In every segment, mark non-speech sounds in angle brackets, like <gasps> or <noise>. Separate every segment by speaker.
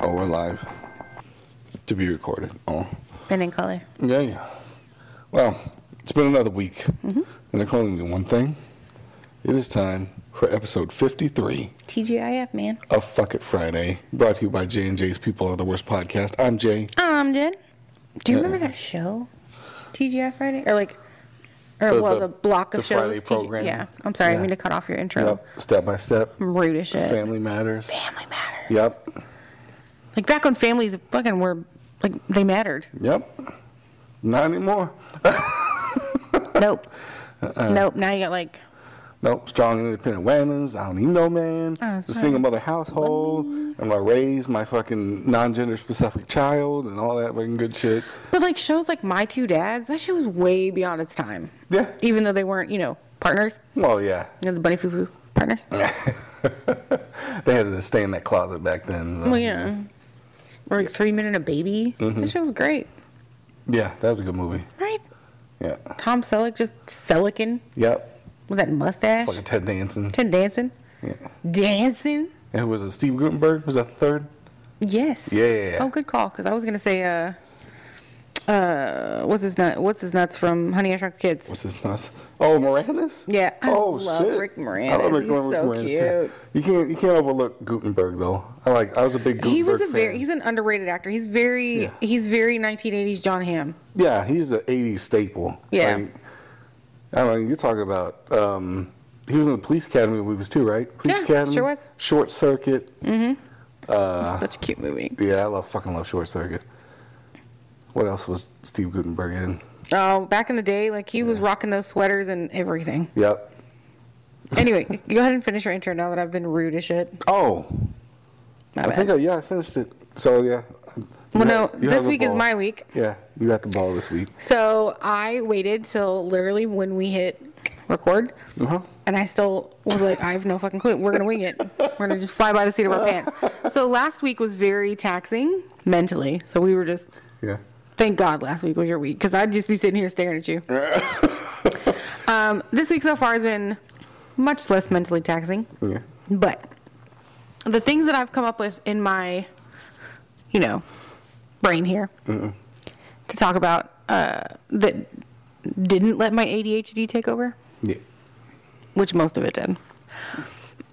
Speaker 1: Oh, be recorded. Oh,
Speaker 2: And in color.
Speaker 1: yeah, yeah. Mm-hmm. Well, it's been another week, and I can only do one thing. It is time for episode 53
Speaker 2: TGIF, man.
Speaker 1: of Fuck It Friday, brought to you by J and J's People Are the Worst podcast. I'm Jay.
Speaker 2: Um, Jen. Do you remember that show? TGI Friday? Or like, or
Speaker 1: The-
Speaker 2: well,
Speaker 1: the-
Speaker 2: the, block of
Speaker 1: the
Speaker 2: shows.
Speaker 1: Friday program.
Speaker 2: Yeah. I'm sorry.
Speaker 1: Yeah.
Speaker 2: I mean to cut off your intro.
Speaker 1: Yep. Step by step.
Speaker 2: I'm rude as shit.
Speaker 1: Family matters.
Speaker 2: Family matters.
Speaker 1: Yep.
Speaker 2: Like back when families fucking were, like, they mattered.
Speaker 1: Yep. Not anymore.
Speaker 2: Nope.
Speaker 1: <laughs> Uh-uh.
Speaker 2: Nope. Now you got like,
Speaker 1: Nope. Strong independent women's. I don't need no man.
Speaker 2: Oh,
Speaker 1: the
Speaker 2: sorry.
Speaker 1: single mother household. I'm gonna raise my fucking non-gender specific child and all that fucking good shit.
Speaker 2: but like shows like My Two Dads, that shit was way beyond its time.
Speaker 1: Yeah.
Speaker 2: Even though they weren't, you know, partners.
Speaker 1: Well, yeah.
Speaker 2: You know, the Bunny Foo Foo
Speaker 1: <laughs>
Speaker 2: partners.
Speaker 1: They had to stay in that closet back then. so-
Speaker 2: Well, yeah. Or like Three Men and a Baby.
Speaker 1: Mm-hmm.
Speaker 2: That shit was great.
Speaker 1: Yeah, that was a good movie.
Speaker 2: Right?
Speaker 1: Yeah.
Speaker 2: Tom Selleck just Selicking
Speaker 1: Yep.
Speaker 2: with that mustache.
Speaker 1: Fucking Ted Danson.
Speaker 2: Ted Danson.
Speaker 1: Yeah.
Speaker 2: Dancing?
Speaker 1: And who was it? Steve Gutenberg was that the third?
Speaker 2: Yes.
Speaker 1: Yeah.
Speaker 2: Oh, good call. Because I was gonna say, uh, uh, what's his nut? What's his nuts from Honey I Shrunk the Kids?
Speaker 1: What's his nuts? Oh, Moranis.
Speaker 2: Yeah, I
Speaker 1: oh
Speaker 2: love
Speaker 1: shit.
Speaker 2: Rick Moranis. He's so cute.
Speaker 1: You can't you can't overlook Gutenberg though. I like I was a big Gutenberg
Speaker 2: he was a very
Speaker 1: fan.
Speaker 2: he's an underrated actor. He's very
Speaker 1: Yeah.
Speaker 2: he's very 1980s John Hamm.
Speaker 1: Yeah, he's the '80s staple.
Speaker 2: Yeah.
Speaker 1: Like, I don't know. You're talking about. Um, he was in the Police Academy movies too, right? Police
Speaker 2: Yeah,
Speaker 1: Academy.
Speaker 2: sure was. Mm-hmm.
Speaker 1: Short Circuit. Ah.
Speaker 2: Such a cute movie.
Speaker 1: Yeah, I love fucking love Short Circuit. What else was Steve Gutenberg in?
Speaker 2: Oh, back in the day, like he was rocking those sweaters and everything.
Speaker 1: Yep.
Speaker 2: Anyway, <laughs> go ahead and finish your intro now that I've been rude as shit.
Speaker 1: Oh,
Speaker 2: My
Speaker 1: I
Speaker 2: bad.
Speaker 1: think I, yeah, I finished it. So yeah.
Speaker 2: well,
Speaker 1: You
Speaker 2: no,
Speaker 1: have- you have
Speaker 2: this
Speaker 1: the
Speaker 2: week is
Speaker 1: ball.
Speaker 2: my week.
Speaker 1: Yeah, you got the ball this week.
Speaker 2: So I waited till literally when we hit record,
Speaker 1: Uh huh.
Speaker 2: and I still was like, I have no fucking clue. We're gonna wing it. We're gonna just fly by the seat of our pants. So last week was very taxing mentally. So we were just,
Speaker 1: Yeah.
Speaker 2: thank God, last week was your week because I'd just be sitting here staring at you. um, this week so far has been much less mentally taxing,
Speaker 1: Yeah.
Speaker 2: but the things that I've come up with in my, you know, brain here to talk about uh, that didn't let my ADHD take over,
Speaker 1: Yeah.
Speaker 2: which most of it did.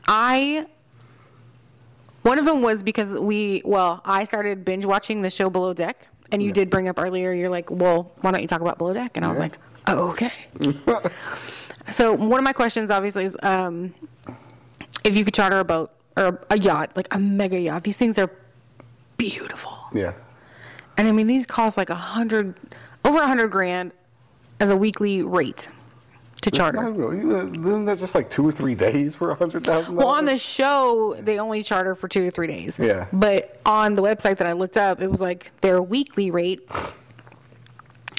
Speaker 2: I one of them was because we well, I started binge watching the show Below Deck, and you did bring up earlier. You're like, well, why don't you talk about Below Deck? And I was
Speaker 1: Yeah.
Speaker 2: like, oh, okay. so one of my questions, obviously, is um, if you could charter a boat or a yacht, like a mega yacht. These things are beautiful.
Speaker 1: Yeah.
Speaker 2: And I mean, these cost like a hundred, over a hundred grand as a weekly rate to
Speaker 1: It's
Speaker 2: charter.
Speaker 1: not real. You know, Isn't that just like two or three days for a hundred thousand
Speaker 2: Well, on the show, they only charter for two to three days.
Speaker 1: Yeah.
Speaker 2: But on the website that I looked up, it was like their weekly rate.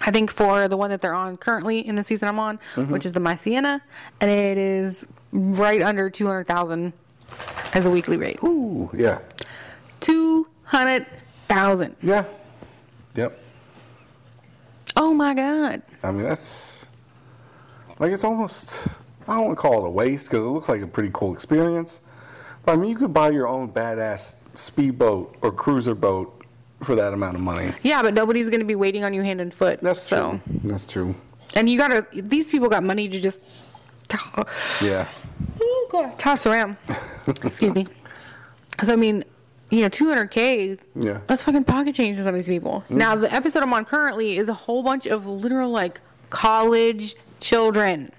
Speaker 2: I think for the one that they're on currently in the season I'm on,
Speaker 1: Mm-hmm.
Speaker 2: which is the My Sienna, and it is right under two hundred thousand as a weekly rate.
Speaker 1: Ooh, yeah.
Speaker 2: Two hundred thousand.
Speaker 1: Yeah. Yep.
Speaker 2: Oh my god.
Speaker 1: I mean, that's like it's almost, I don't want to call it a waste because it looks like a pretty cool experience. But I mean, you could buy your own badass speedboat or cruiser boat for that amount of money.
Speaker 2: Yeah, but nobody's gonna be waiting on you hand and foot.
Speaker 1: That's true.
Speaker 2: so.
Speaker 1: That's true.
Speaker 2: And you gotta, these people got money to just <laughs>
Speaker 1: Yeah. <laughs>
Speaker 2: toss around. Excuse me. So, I mean, you know, 200K,
Speaker 1: Yeah. Mm.
Speaker 2: that's fucking pocket change to some of these people. Now, the episode I'm on currently is a whole bunch of literal, like, college children.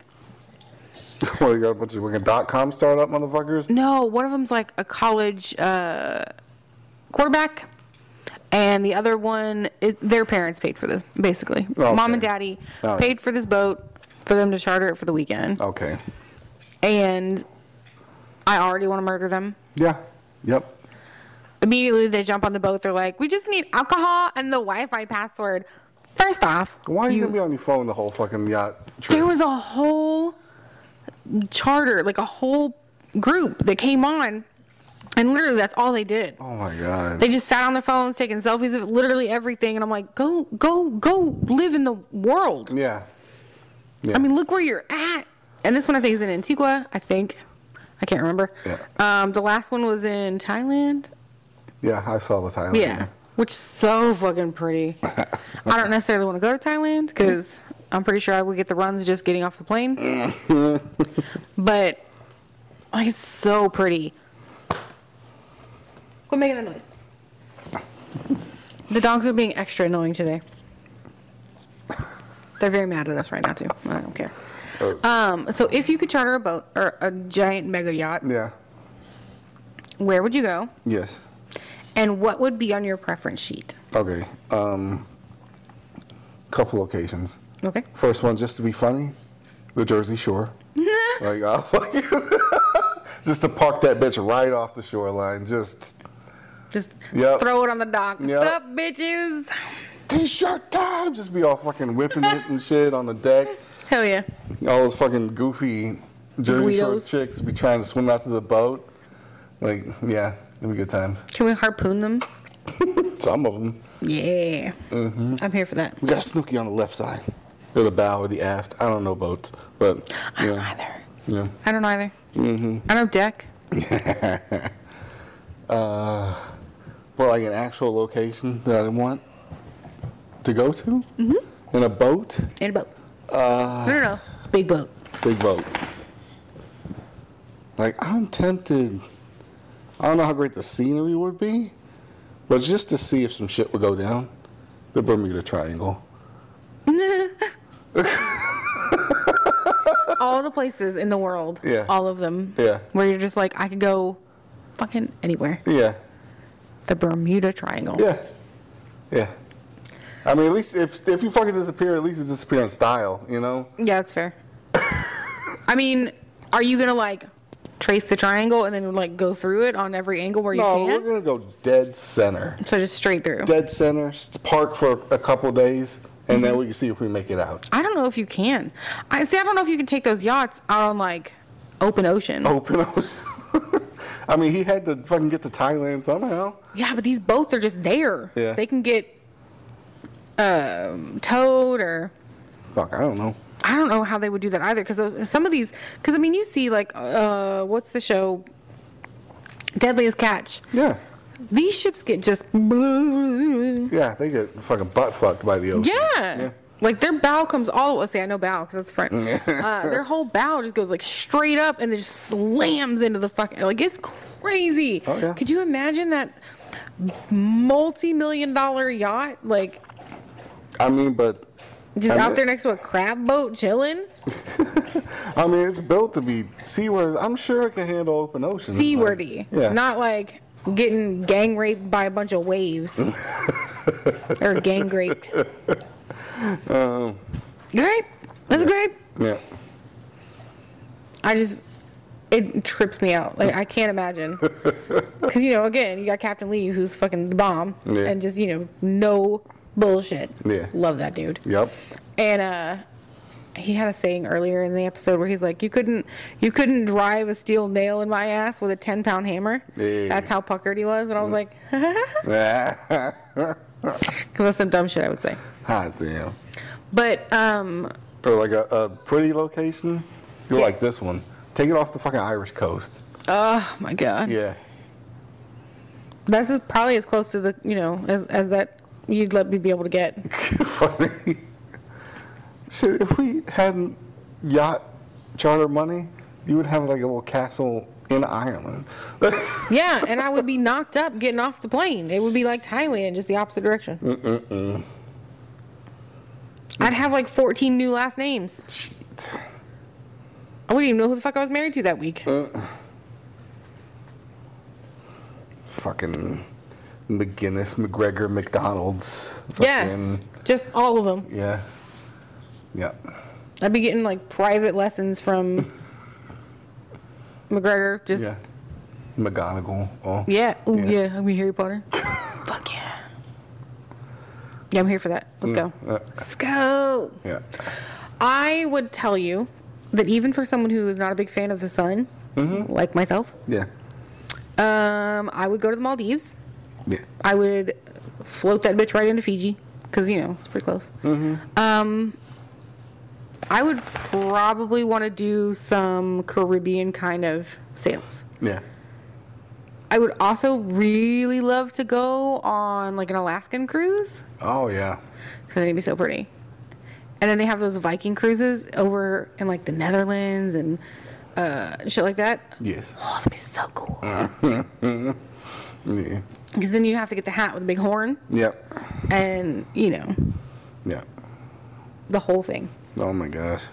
Speaker 1: well, you got a bunch of fucking dot com startup motherfuckers.
Speaker 2: No, one of them's like a college uh, quarterback, and the other one, it, their parents paid for this, basically.
Speaker 1: Okay.
Speaker 2: Mom and daddy
Speaker 1: Oh.
Speaker 2: paid for this boat for them to charter it for the weekend.
Speaker 1: Okay.
Speaker 2: And I already want to murder them.
Speaker 1: Yeah. Yep.
Speaker 2: immediately they jump on the boat. They're like, we just need alcohol and the Wi-Fi password. First off,
Speaker 1: Why are you, gonna be on your phone the whole fucking yacht trip?
Speaker 2: there was a whole charter, like a whole group that came on, and literally that's all they did.
Speaker 1: oh my god.
Speaker 2: They just sat on their phones taking selfies of literally everything, and I'm like, go, go, go, live in the world.
Speaker 1: yeah. Yeah.
Speaker 2: I mean, look where you're at. And this one I think is in Antigua. I think, I can't remember.
Speaker 1: Yeah.
Speaker 2: Um, the last one was in Thailand.
Speaker 1: yeah, I saw the Thailand.
Speaker 2: Yeah. which is so
Speaker 1: <laughs>
Speaker 2: fucking pretty. I don't necessarily want to go to Thailand because I'm pretty sure I would get the runs just getting off
Speaker 1: <laughs>
Speaker 2: the plane. but like, it's so pretty. Quit making that noise. The dogs are being extra annoying today. They're very mad at us right now too. I don't care.
Speaker 1: Oh.
Speaker 2: Um, so if you could charter a boat or a giant mega yacht,
Speaker 1: Yeah.
Speaker 2: where would you go?
Speaker 1: Yes.
Speaker 2: And what would be on your preference sheet?
Speaker 1: Okay. Um, couple locations.
Speaker 2: <laughs> Okay.
Speaker 1: First one, just to be funny, the Jersey Shore. like, <laughs> I'll fuck you. just to park that bitch right off the shoreline. Just
Speaker 2: Just
Speaker 1: Yep.
Speaker 2: throw it on the dock.
Speaker 1: Yep.
Speaker 2: What's up, bitches?
Speaker 1: t-shirt time. Just be all fucking whipping it and shit on the deck.
Speaker 2: Hell yeah.
Speaker 1: All those fucking goofy Jersey Shore
Speaker 2: Guidos.
Speaker 1: chicks be trying to swim out to the boat. Like, yeah, it'll be good times.
Speaker 2: Can we harpoon them?
Speaker 1: Some of them.
Speaker 2: Yeah.
Speaker 1: Mm-hmm.
Speaker 2: I'm here for that.
Speaker 1: We got a Snooky on the left side, or the bow, or the aft. I don't know boats, but
Speaker 2: I don't
Speaker 1: yeah, Mm-hmm.
Speaker 2: either.
Speaker 1: yeah.
Speaker 2: I don't either. I know deck.
Speaker 1: Well, like an actual location that I want to go to
Speaker 2: Mm-hmm.
Speaker 1: in a boat,
Speaker 2: And a boat. Uh, no, no, no.
Speaker 1: <laughs>
Speaker 2: Big boat.
Speaker 1: big boat. Like I'm tempted. I don't know how great the scenery would be, but just to see if some shit would go down, the Bermuda Triangle.
Speaker 2: all the places in the world.
Speaker 1: Yeah.
Speaker 2: All of them.
Speaker 1: Yeah.
Speaker 2: Where you're just like, I could go fucking anywhere.
Speaker 1: Yeah,
Speaker 2: The Bermuda Triangle.
Speaker 1: yeah, yeah. I mean, at least if if you fucking disappear, at least it disappear in style, you know.
Speaker 2: Yeah, that's fair. I mean, are you gonna like trace the triangle and then like go through it on every angle where you
Speaker 1: No,
Speaker 2: can?
Speaker 1: we're gonna go dead center.
Speaker 2: So just straight through.
Speaker 1: Dead center. s- Park for a couple days, and
Speaker 2: Mm-hmm.
Speaker 1: then we can see if we make it out.
Speaker 2: I don't know if you can. I see. I don't know if you can take those yachts out on like open ocean.
Speaker 1: Open ocean. <laughs> I mean, he had to fucking get to Thailand somehow.
Speaker 2: Yeah, but these boats are just there.
Speaker 1: Yeah.
Speaker 2: They can get um, towed or
Speaker 1: Fuck, I don't know.
Speaker 2: I don't know how they would do that either because some of these because I mean you see like uh, what's the show Deadliest Catch.
Speaker 1: Yeah,
Speaker 2: These ships get just
Speaker 1: yeah, they get fucking butt fucked by the ocean.
Speaker 2: Yeah. Like their bow comes all. Well, see, I know bow because
Speaker 1: <laughs>
Speaker 2: that's French. uh, their whole bow just goes like straight up and then just slams into the fucking. Like it's crazy.
Speaker 1: Oh, yeah.
Speaker 2: Could you imagine that multi-million dollar yacht like
Speaker 1: I mean, but
Speaker 2: just
Speaker 1: I
Speaker 2: out
Speaker 1: mean-
Speaker 2: there next to a crab boat chilling?
Speaker 1: Mm-hmm. I mean, it's built to be seaworthy. I'm sure it can handle open ocean. Like,
Speaker 2: Seaworthy.
Speaker 1: yeah.
Speaker 2: Not like getting gang raped by a bunch
Speaker 1: <laughs>
Speaker 2: of waves or gang raped. grape. That's a grape.
Speaker 1: Um, Yeah.
Speaker 2: I just it trips me out. Like I
Speaker 1: <laughs>
Speaker 2: can't imagine. Cuz you know, again, you got Captain Lee who's fucking the bomb
Speaker 1: Yeah.
Speaker 2: and just, you know, no bullshit.
Speaker 1: Yeah.
Speaker 2: Love that dude.
Speaker 1: <laughs> Yep.
Speaker 2: And uh he had a saying earlier in the episode where he's like, "You couldn't, you couldn't drive a steel nail in my ass with a ten pound hammer."
Speaker 1: Yeah.
Speaker 2: That's how puckered he was, and I was like, <laughs>
Speaker 1: Ah,
Speaker 2: "Cause that's some dumb shit I would say."
Speaker 1: Hot damn.
Speaker 2: But um,
Speaker 1: Or like a, a pretty location. You're like this one. Take it off the fucking Irish coast.
Speaker 2: oh my god,
Speaker 1: Yeah.
Speaker 2: that's as- probably as close to the, you know, as as that you'd let me be able to get.
Speaker 1: funny. Shit, if we hadn't yacht charter money, you would have like a little castle in Ireland.
Speaker 2: Yeah, and I would be knocked up getting off the plane. It would be like Thailand, just the opposite direction. I'd have like 14 new last names.
Speaker 1: Shit.
Speaker 2: I wouldn't even know who the fuck I was married to that week.
Speaker 1: Fucking McGinnis, McGregor, McDonald's.
Speaker 2: yeah,
Speaker 1: Fucking,
Speaker 2: just all of them.
Speaker 1: yeah. Yeah.
Speaker 2: I'd be getting like private lessons <laughs> from McGregor. Just
Speaker 1: Yeah.
Speaker 2: yeah,
Speaker 1: McGonagall. Oh.
Speaker 2: yeah, Ooh,
Speaker 1: Yeah.
Speaker 2: yeah. I'd be Harry Potter. <laughs> fuck yeah. Mm. Yeah, I'm here for that. Let's go.
Speaker 1: Uh,
Speaker 2: Let's go.
Speaker 1: yeah.
Speaker 2: I would tell you that even for someone who is not a big fan of the sun, like myself,
Speaker 1: Yeah.
Speaker 2: um, I would go to the Maldives.
Speaker 1: Yeah.
Speaker 2: I would float that bitch right into Fiji because you know it's pretty close. Um, I would probably want to do some Caribbean kind of sails.
Speaker 1: Yeah.
Speaker 2: I would also really love to go on like an Alaskan cruise
Speaker 1: Oh yeah.
Speaker 2: because they'd be so pretty. And then they have those Viking cruises over in like the Netherlands and uh, shit like that.
Speaker 1: Yes.
Speaker 2: Oh, that'd be so cool.
Speaker 1: Yeah.
Speaker 2: Because then you have to get the hat with a big horn
Speaker 1: Yep.
Speaker 2: and, you know,
Speaker 1: Yeah.
Speaker 2: the whole thing.
Speaker 1: Oh my gosh.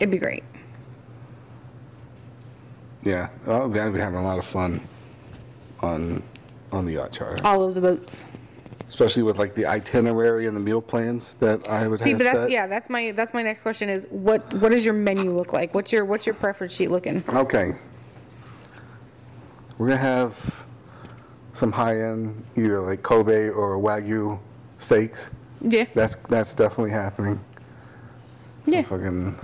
Speaker 2: It'd be great.
Speaker 1: Yeah. Oh, that'd be having a lot of fun on on the yacht charter,
Speaker 2: All of the boats.
Speaker 1: especially with like the itinerary and the meal plans that I would
Speaker 2: See,
Speaker 1: have
Speaker 2: but that's
Speaker 1: set.
Speaker 2: yeah. That's my that's my next question is what what does your menu look like? What's your what's your preference sheet looking?
Speaker 1: Okay. We're gonna have some high end, either like Kobe or Wagyu steaks.
Speaker 2: Yeah,
Speaker 1: That's that's definitely happening. Some
Speaker 2: yeah.
Speaker 1: Fucking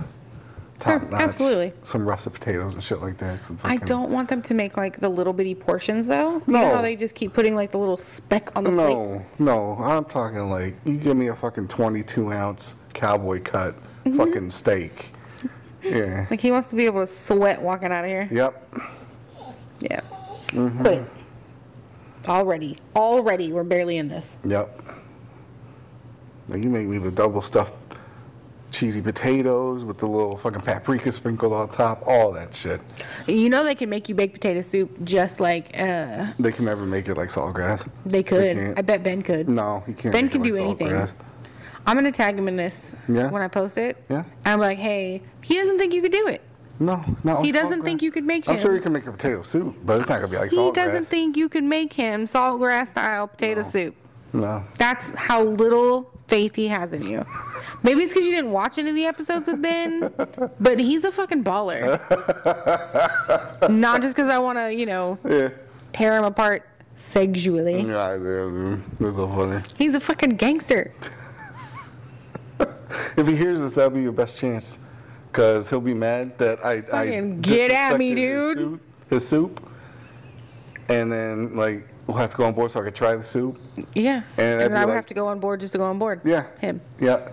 Speaker 1: top notch.
Speaker 2: absolutely.
Speaker 1: Some russet potatoes and shit like that. Some
Speaker 2: I
Speaker 1: fucking-
Speaker 2: don't want them to make like the little bitty portions though. You know
Speaker 1: No.
Speaker 2: how they just keep putting like the little speck on the plate.
Speaker 1: No, no. I'm talking like you give me a fucking 22 ounce cowboy cut fucking steak. Yeah.
Speaker 2: Mm-hmm. Like he wants to be able to sweat walking out of here.
Speaker 1: Yep.
Speaker 2: Yeah.
Speaker 1: Mm-hmm.
Speaker 2: But already, already, we're barely in this.
Speaker 1: Yep. Now you make me the double stuffed cheesy potatoes with the little fucking paprika sprinkled on top, all that shit.
Speaker 2: You know they can make you baked potato soup just like uh,
Speaker 1: They can never make it like saltgrass.
Speaker 2: they could.
Speaker 1: can't.
Speaker 2: I bet Ben could.
Speaker 1: No, he can't.
Speaker 2: Ben
Speaker 1: make
Speaker 2: can
Speaker 1: it
Speaker 2: do
Speaker 1: like
Speaker 2: anything.
Speaker 1: saltgrass.
Speaker 2: I'm gonna tag him in this
Speaker 1: Yeah.
Speaker 2: when I post it.
Speaker 1: Yeah.
Speaker 2: And I'm like, hey, he doesn't think you could do it.
Speaker 1: No, no.
Speaker 2: He doesn't think you could make
Speaker 1: I'm sure
Speaker 2: him.
Speaker 1: he can make a potato soup, but it's not gonna be like
Speaker 2: He
Speaker 1: saltgrass.
Speaker 2: doesn't think you could make him saltgrass style potato soup.
Speaker 1: No.
Speaker 2: That's how little faith he has
Speaker 1: <laughs>
Speaker 2: in you. Maybe it's because you didn't watch any of the episodes with Ben, but he's a
Speaker 1: <laughs>
Speaker 2: fucking baller. Not just because I want to, you know,
Speaker 1: Yeah.
Speaker 2: tear him apart sexually.
Speaker 1: Yeah, I do. That's so funny.
Speaker 2: He's a fucking gangster.
Speaker 1: If he hears this, that'll be your best chance, because he'll be mad that I. I
Speaker 2: Fucking get at me,
Speaker 1: disrespected
Speaker 2: dude.
Speaker 1: His soup, his soup, and then like we'll have to go on board so I can try the soup.
Speaker 2: Yeah.
Speaker 1: And
Speaker 2: And,
Speaker 1: I'd
Speaker 2: then
Speaker 1: be
Speaker 2: I would
Speaker 1: like-
Speaker 2: have to go on board just to go on board.
Speaker 1: Yeah.
Speaker 2: Him.
Speaker 1: Yeah.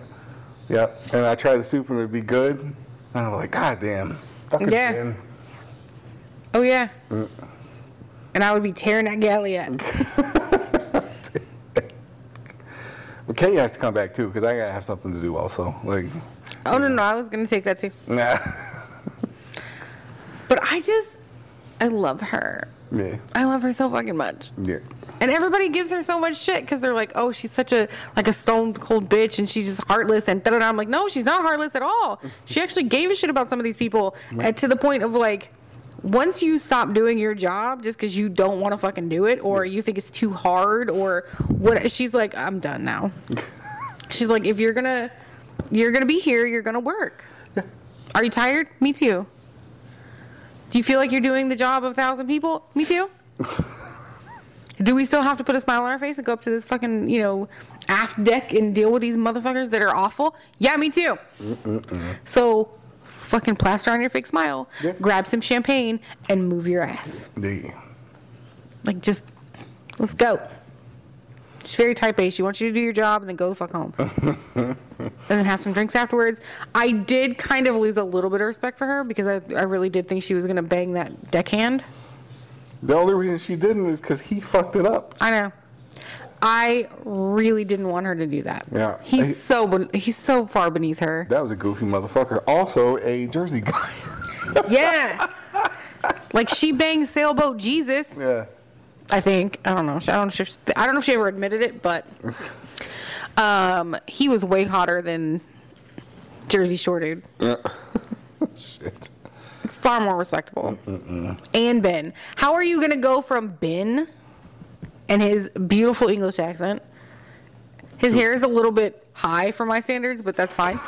Speaker 1: Yeah. And I try the soup and it'd be good, and I'm like, God damn. Fucking
Speaker 2: Yeah.
Speaker 1: Ben."
Speaker 2: Oh, yeah.
Speaker 1: Mm.
Speaker 2: And I would be tearing that galley up.
Speaker 1: <laughs> Well, Katie has to come back too, because I gotta have something to do also. Like,
Speaker 2: Oh, no, no. I was going to take that too.
Speaker 1: nah. <laughs>
Speaker 2: But I just, I love her.
Speaker 1: yeah.
Speaker 2: I love her so fucking much.
Speaker 1: Yeah.
Speaker 2: And everybody gives her so much shit because they're like, oh, she's such a like a stone cold bitch and she's just heartless and da da da. I'm like, no, she's not heartless at all. She actually gave a shit about some of these people and to the point of like, once you stop doing your job just because you don't want to fucking do it or you think it's too hard or what, she's like, I'm done now. she's like, if you're gonna, you're gonna be here, you're gonna work. Are you tired? Me too. Do you feel like you're doing the job of a thousand people? Me too. Do we still have to put a smile on our face and go up to this fucking, you know, aft deck and deal with these motherfuckers that are awful? Yeah, me too. So, fucking plaster on your fake smile,
Speaker 1: Yeah.
Speaker 2: grab some champagne, and move your ass.
Speaker 1: Yeah.
Speaker 2: Like, just let's go. She's very type A. She wants you to do your job and then go the fuck home. and then have some drinks afterwards. I did kind of lose a little bit of respect for her because I, I really did think she was going to bang that deckhand.
Speaker 1: The only reason she didn't is because he fucked it up.
Speaker 2: I know. I really didn't want her to do that.
Speaker 1: Yeah.
Speaker 2: He's
Speaker 1: I-
Speaker 2: so ben- he's so far beneath her.
Speaker 1: <laughs> That was a goofy motherfucker. Also, a Jersey guy. <laughs>
Speaker 2: yeah. Like she banged sailboat Jesus.
Speaker 1: yeah.
Speaker 2: I think I don't know. I don't know if she, I don't know if she ever admitted it, but um, he was way hotter than Jersey Shore dude.
Speaker 1: Shit.
Speaker 2: Far more respectable. And Ben, how are you gonna go from Ben and his beautiful English accent? His hair is a little bit high for my standards, but that's fine.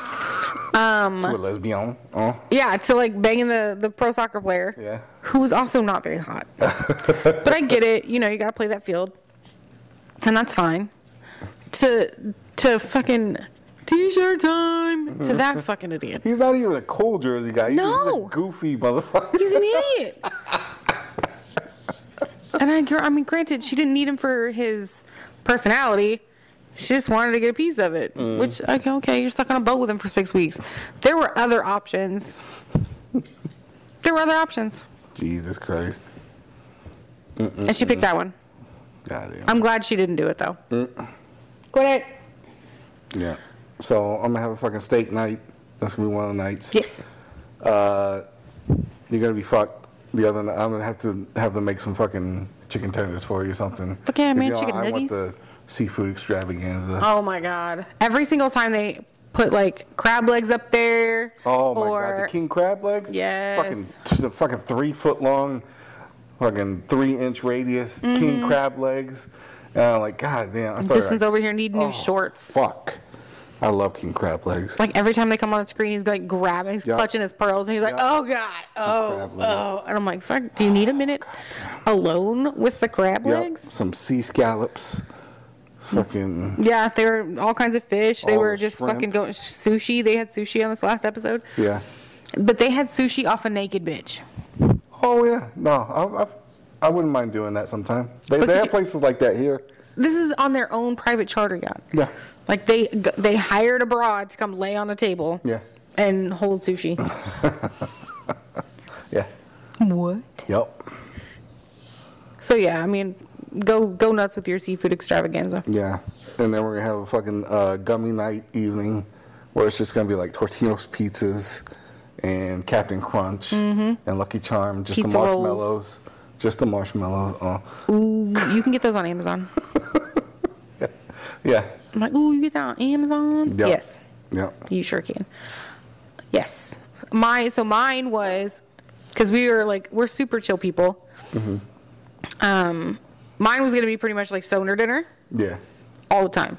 Speaker 1: to a lesbian. Uh,
Speaker 2: Yeah, to like banging the the pro soccer player.
Speaker 1: Yeah.
Speaker 2: Who was also not very hot. but I get it. You know, you gotta play that field, and that's fine. To to fucking t-shirt time to that fucking idiot.
Speaker 1: he's not even a cool Jersey guy. He's
Speaker 2: No.
Speaker 1: just a goofy motherfucker.
Speaker 2: He's an idiot. and I, gr- I mean, granted, she didn't need him for his personality. She just wanted to get a piece of it. Which, okay, okay, you're stuck on a boat with him for six weeks. There were other options. there were other options.
Speaker 1: Jesus Christ.
Speaker 2: And she picked that one.
Speaker 1: Goddamn.
Speaker 2: I'm glad she didn't do it though. Quit Mm. it.
Speaker 1: yeah. So I'm gonna have a fucking steak night. That's gonna be one of the nights.
Speaker 2: Yes.
Speaker 1: You're gonna be fucked. The other, night, I'm gonna have to have them make some fucking chicken tenders for you or something.
Speaker 2: Fuck yeah,
Speaker 1: 'Cause,
Speaker 2: man,
Speaker 1: you know,
Speaker 2: chicken
Speaker 1: I want
Speaker 2: nuggies.
Speaker 1: the seafood extravaganza.
Speaker 2: Oh my god. Every single time they put like crab legs up there.
Speaker 1: Oh my
Speaker 2: or,
Speaker 1: god, the king crab legs?
Speaker 2: Yes.
Speaker 1: Fucking the fucking three foot long, fucking three inch radius king crab legs. And I'm like, God damn, I started.
Speaker 2: Mm-hmm. This one's
Speaker 1: like,
Speaker 2: over here need
Speaker 1: Oh.
Speaker 2: new shorts.
Speaker 1: Fuck. I love king crab legs.
Speaker 2: Like every time they come on the screen, he's like grabbing, he's
Speaker 1: Yeah.
Speaker 2: clutching his pearls, and he's like,
Speaker 1: Yeah.
Speaker 2: "Oh God, oh,
Speaker 1: crab legs. Oh,
Speaker 2: oh," and I'm like, "Fuck, do you need a minute alone with the crab
Speaker 1: Yep,
Speaker 2: legs?" Mm.
Speaker 1: Some sea scallops. Fucking
Speaker 2: Yeah, they were all kinds of fish. They
Speaker 1: All
Speaker 2: were
Speaker 1: the
Speaker 2: just
Speaker 1: shrimp.
Speaker 2: fucking going sushi. They had sushi on this last episode,
Speaker 1: yeah.
Speaker 2: but they had sushi off a naked bitch.
Speaker 1: Oh yeah, no, I, I, I wouldn't mind doing that sometime. They, they
Speaker 2: But could
Speaker 1: have
Speaker 2: you-
Speaker 1: places like that here.
Speaker 2: This is on their own private charter yacht.
Speaker 1: Yeah,
Speaker 2: Like they they hired a broad to come lay on a table.
Speaker 1: Yeah.
Speaker 2: And hold sushi.
Speaker 1: yeah,
Speaker 2: what?
Speaker 1: yep,
Speaker 2: So yeah, I mean, go go nuts with your seafood extravaganza.
Speaker 1: yeah. And then we're gonna have a fucking uh, gummy night evening, where it's just gonna be like Tortino's pizzas, and Captain Crunch, and Lucky Charm, just
Speaker 2: Mm-hmm. Pizza
Speaker 1: the
Speaker 2: rolls.
Speaker 1: marshmallows, just the marshmallows. Uh,
Speaker 2: Ooh, you can get those on Amazon.
Speaker 1: yeah,
Speaker 2: I'm like, ooh, you get that on Amazon?
Speaker 1: Yep.
Speaker 2: Yes,
Speaker 1: yeah.
Speaker 2: you sure can. Yes, my so mine was because we were like we're super chill people.
Speaker 1: Mm-hmm.
Speaker 2: Um, mine was gonna be pretty much like stoner dinner
Speaker 1: Yeah, <laughs>
Speaker 2: all the time.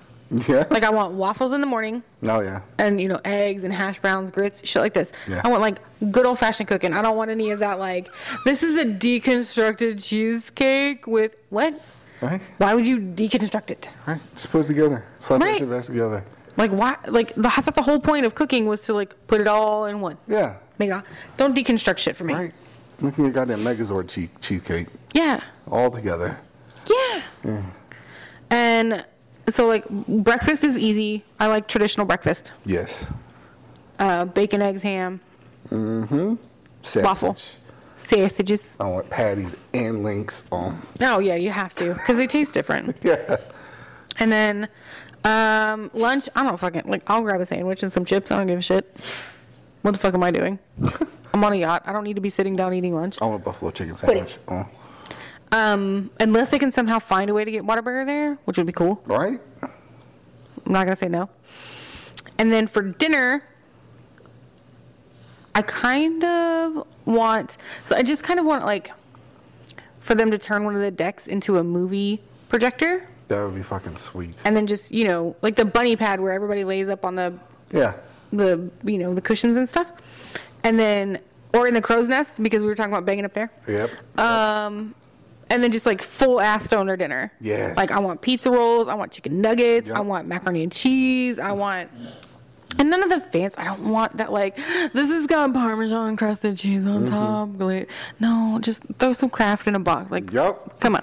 Speaker 1: yeah.
Speaker 2: Like I want waffles in the morning.
Speaker 1: oh yeah,
Speaker 2: and you know eggs and hash browns, grits, shit like this.
Speaker 1: Yeah.
Speaker 2: I want like good old fashioned cooking. I don't want any of that like this is a deconstructed cheesecake with what?
Speaker 1: right,
Speaker 2: Why would you deconstruct it?
Speaker 1: right. Just put it together. Slap that
Speaker 2: Right.
Speaker 1: shit back together.
Speaker 2: Like why? Like the, I thought the whole point of cooking was to like put it all in one.
Speaker 1: Yeah,
Speaker 2: Make it all, don't deconstruct shit for me.
Speaker 1: right. Look at your goddamn Megazord che- cheesecake
Speaker 2: Yeah,
Speaker 1: all together.
Speaker 2: yeah.
Speaker 1: Mm.
Speaker 2: And so like breakfast is easy. I like traditional breakfast:
Speaker 1: Yes.
Speaker 2: uh, bacon, eggs, ham,
Speaker 1: Sausage.
Speaker 2: Waffle. sausages.
Speaker 1: I want patties and links on. <laughs>
Speaker 2: Oh yeah, you have to because they taste different.
Speaker 1: Yeah.
Speaker 2: And then um, lunch, I don't fucking like. I'll grab a sandwich and some chips. I don't give a shit. What the fuck am I doing? I'm on a yacht. I don't need to be sitting down eating lunch.
Speaker 1: I want a buffalo chicken
Speaker 2: Put
Speaker 1: sandwich Uh,
Speaker 2: it.
Speaker 1: on.
Speaker 2: Um, unless they can somehow find a way to get Whataburger there, which would be cool.
Speaker 1: Right?
Speaker 2: I'm not gonna say no. And then for dinner, I kind of want. So I just kind of want like for them to turn one of the decks into a movie projector,
Speaker 1: That would be fucking sweet.
Speaker 2: and then just you know like the bunny pad where everybody lays up on the
Speaker 1: Yeah.
Speaker 2: the you know the cushions and stuff, and then or in the crow's nest because we were talking about banging up there,
Speaker 1: Yep.
Speaker 2: uh, and then just like full ass stoner dinner.
Speaker 1: Yes.
Speaker 2: Like I want pizza rolls, I want chicken nuggets, I
Speaker 1: Yep.
Speaker 2: want macaroni and cheese, I want. And none of the fans. I don't want that. Like, this has got Parmesan crusted cheese
Speaker 1: Mm-hmm.
Speaker 2: on top. gla- No, just throw some craft in a box. Like,
Speaker 1: Yup.
Speaker 2: come on.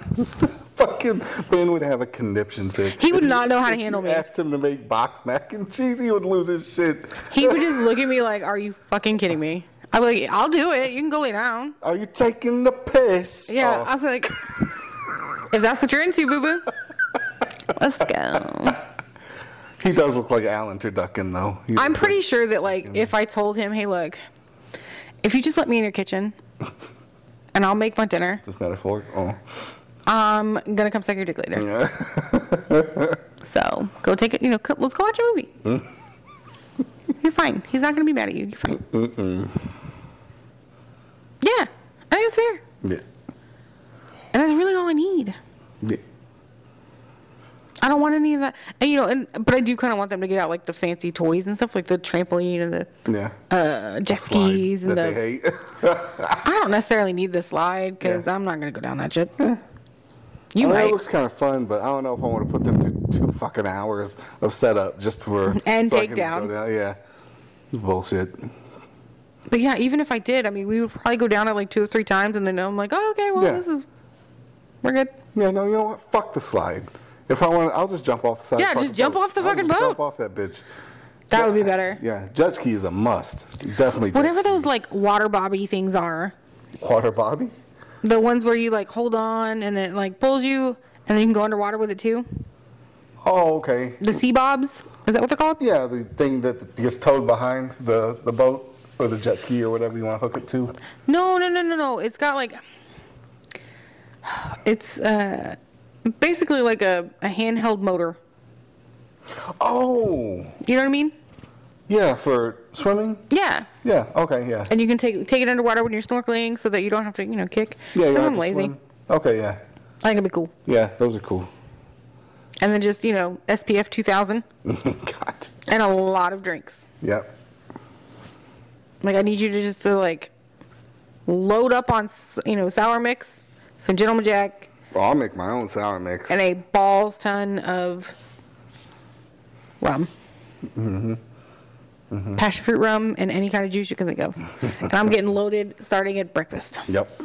Speaker 1: fucking Ben would have a conniption fit.
Speaker 2: He would
Speaker 1: If
Speaker 2: not
Speaker 1: you-
Speaker 2: know how to
Speaker 1: if
Speaker 2: handle
Speaker 1: you
Speaker 2: me.
Speaker 1: asked him to make box mac and cheese, he would lose his shit.
Speaker 2: He would just look at me like, "Are you fucking kidding me?" I'm like, "I'll do it. You can go lay down."
Speaker 1: Are you taking the piss?
Speaker 2: Yeah,
Speaker 1: Oh,
Speaker 2: I was like, <laughs> if that's what you're into, boo boo, let's go.
Speaker 1: he does look like Alan Turducken, though. He
Speaker 2: I'm
Speaker 1: looks like-
Speaker 2: pretty sure that, like, if I told him, hey, look, if you just let me in your kitchen and I'll make my dinner,
Speaker 1: This metaphor. Oh. <laughs>
Speaker 2: I'm gonna come suck your dick later. so go take it, you know, co- let's go watch a <laughs> movie. you're fine. He's not gonna be mad at you. You're fine. Yeah, I think it's fair.
Speaker 1: Yeah.
Speaker 2: And that's really all I need.
Speaker 1: Yeah.
Speaker 2: I don't want any of that. And you know, and but I do kind of want them to get out like the fancy toys and stuff, like the trampoline and the
Speaker 1: Yeah.
Speaker 2: uh, jet
Speaker 1: Slide
Speaker 2: skis
Speaker 1: that
Speaker 2: and
Speaker 1: they
Speaker 2: the.
Speaker 1: hate. <laughs>
Speaker 2: I don't necessarily need the slide because
Speaker 1: Yeah.
Speaker 2: I'm not gonna go down that shit. You
Speaker 1: I mean,
Speaker 2: might.
Speaker 1: It looks kind of fun, but I don't know if I want to put them through two fucking hours of setup just for
Speaker 2: <laughs> And
Speaker 1: I can
Speaker 2: takedown.
Speaker 1: go down- Yeah, bullshit.
Speaker 2: but yeah, even if I did, I mean, we would probably go down it like two or three times, and then I'm like, oh, okay, well,
Speaker 1: Yeah.
Speaker 2: this is. We're good.
Speaker 1: Yeah, no, you know what? Fuck the slide. If I want, I'll just jump off the side. of
Speaker 2: Yeah,
Speaker 1: the fucking
Speaker 2: just jump
Speaker 1: boat.
Speaker 2: off the
Speaker 1: I'll
Speaker 2: fucking
Speaker 1: just Jump
Speaker 2: boat.
Speaker 1: off that bitch.
Speaker 2: That would be better.
Speaker 1: Yeah, jet ski is a must. Definitely. jet
Speaker 2: Whatever
Speaker 1: ski.
Speaker 2: those like water bobby things are,
Speaker 1: Water Bobby.
Speaker 2: The ones where you like hold on and it like pulls you, and then you can go underwater with it too.
Speaker 1: Oh, okay.
Speaker 2: The sea bobs, is that what they're called?
Speaker 1: Yeah, the thing that gets towed behind the, the boat or the jet ski or whatever you want to hook it to.
Speaker 2: No, no, no, no, no. It's got like, <sighs> it's uh, basically like a, a handheld motor.
Speaker 1: Oh,
Speaker 2: You know what I mean?
Speaker 1: yeah, for swimming?
Speaker 2: Yeah.
Speaker 1: Yeah, okay, yeah.
Speaker 2: And you can take take it underwater when you're snorkeling, so that you don't have to, you know, kick.
Speaker 1: Yeah, you
Speaker 2: No,
Speaker 1: don't have
Speaker 2: I'm
Speaker 1: to
Speaker 2: lazy.
Speaker 1: swim. Okay, yeah.
Speaker 2: I think it'd be cool.
Speaker 1: Yeah, those are cool. <laughs>
Speaker 2: And then just you know SPF 2000
Speaker 1: God.
Speaker 2: and a lot of drinks.
Speaker 1: Yeah.
Speaker 2: Like I need you to just to like load up on s- you know sour mix, some gentleman jack,
Speaker 1: Well, I'll make my own sour mix.
Speaker 2: and a balls ton of rum.
Speaker 1: Mm-hmm.
Speaker 2: Passion fruit rum and any kind of juice you can think of. and I'm getting loaded starting at breakfast.
Speaker 1: Yep.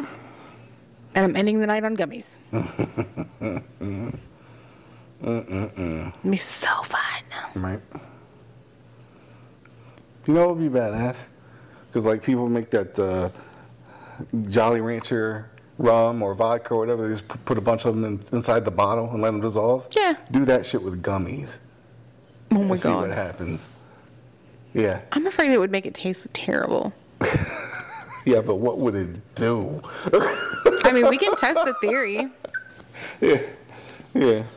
Speaker 2: And I'm ending the night
Speaker 1: <laughs>
Speaker 2: on gummies. It'd be so fun.
Speaker 1: Right. You know what would be badass? Because, like, people make that uh, Jolly Rancher rum or vodka or whatever. They just p- put a bunch of them in, inside the bottle and let them dissolve.
Speaker 2: Yeah.
Speaker 1: Do that shit with gummies.
Speaker 2: Oh my
Speaker 1: and see what
Speaker 2: god.
Speaker 1: happens. Yeah.
Speaker 2: I'm afraid it would make it taste terrible.
Speaker 1: Yeah, but what would it do? <laughs>
Speaker 2: I mean, we can test the theory.
Speaker 1: yeah. Yeah. <laughs>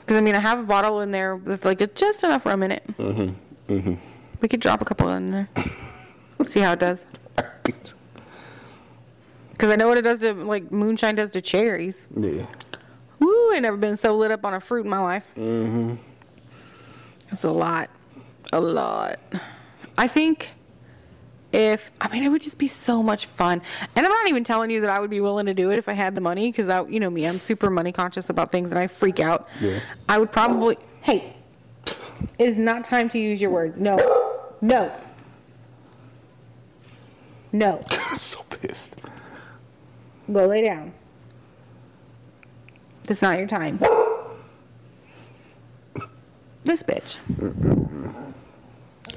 Speaker 2: Because I mean, I have a bottle in there with like just enough rum in it. Mm-hmm. Mm-hmm. We could drop a couple
Speaker 1: <laughs>
Speaker 2: in there, see how it does. Because I know what it does to like moonshine does to cherries.
Speaker 1: yeah.
Speaker 2: Woo! I never been so lit up on a fruit in my life. Mm-hmm. It's a lot, a lot. I think if I mean, it would just be so much fun. And I'm not even telling you that I would be willing to do it if I had the money, because I, you know me, I'm super money conscious about things, and I freak out.
Speaker 1: Yeah.
Speaker 2: I would probably. Hey, it is not time to use your words. No, no, no.
Speaker 1: <laughs> so pissed.
Speaker 2: Go lay down. It's not your time. This bitch.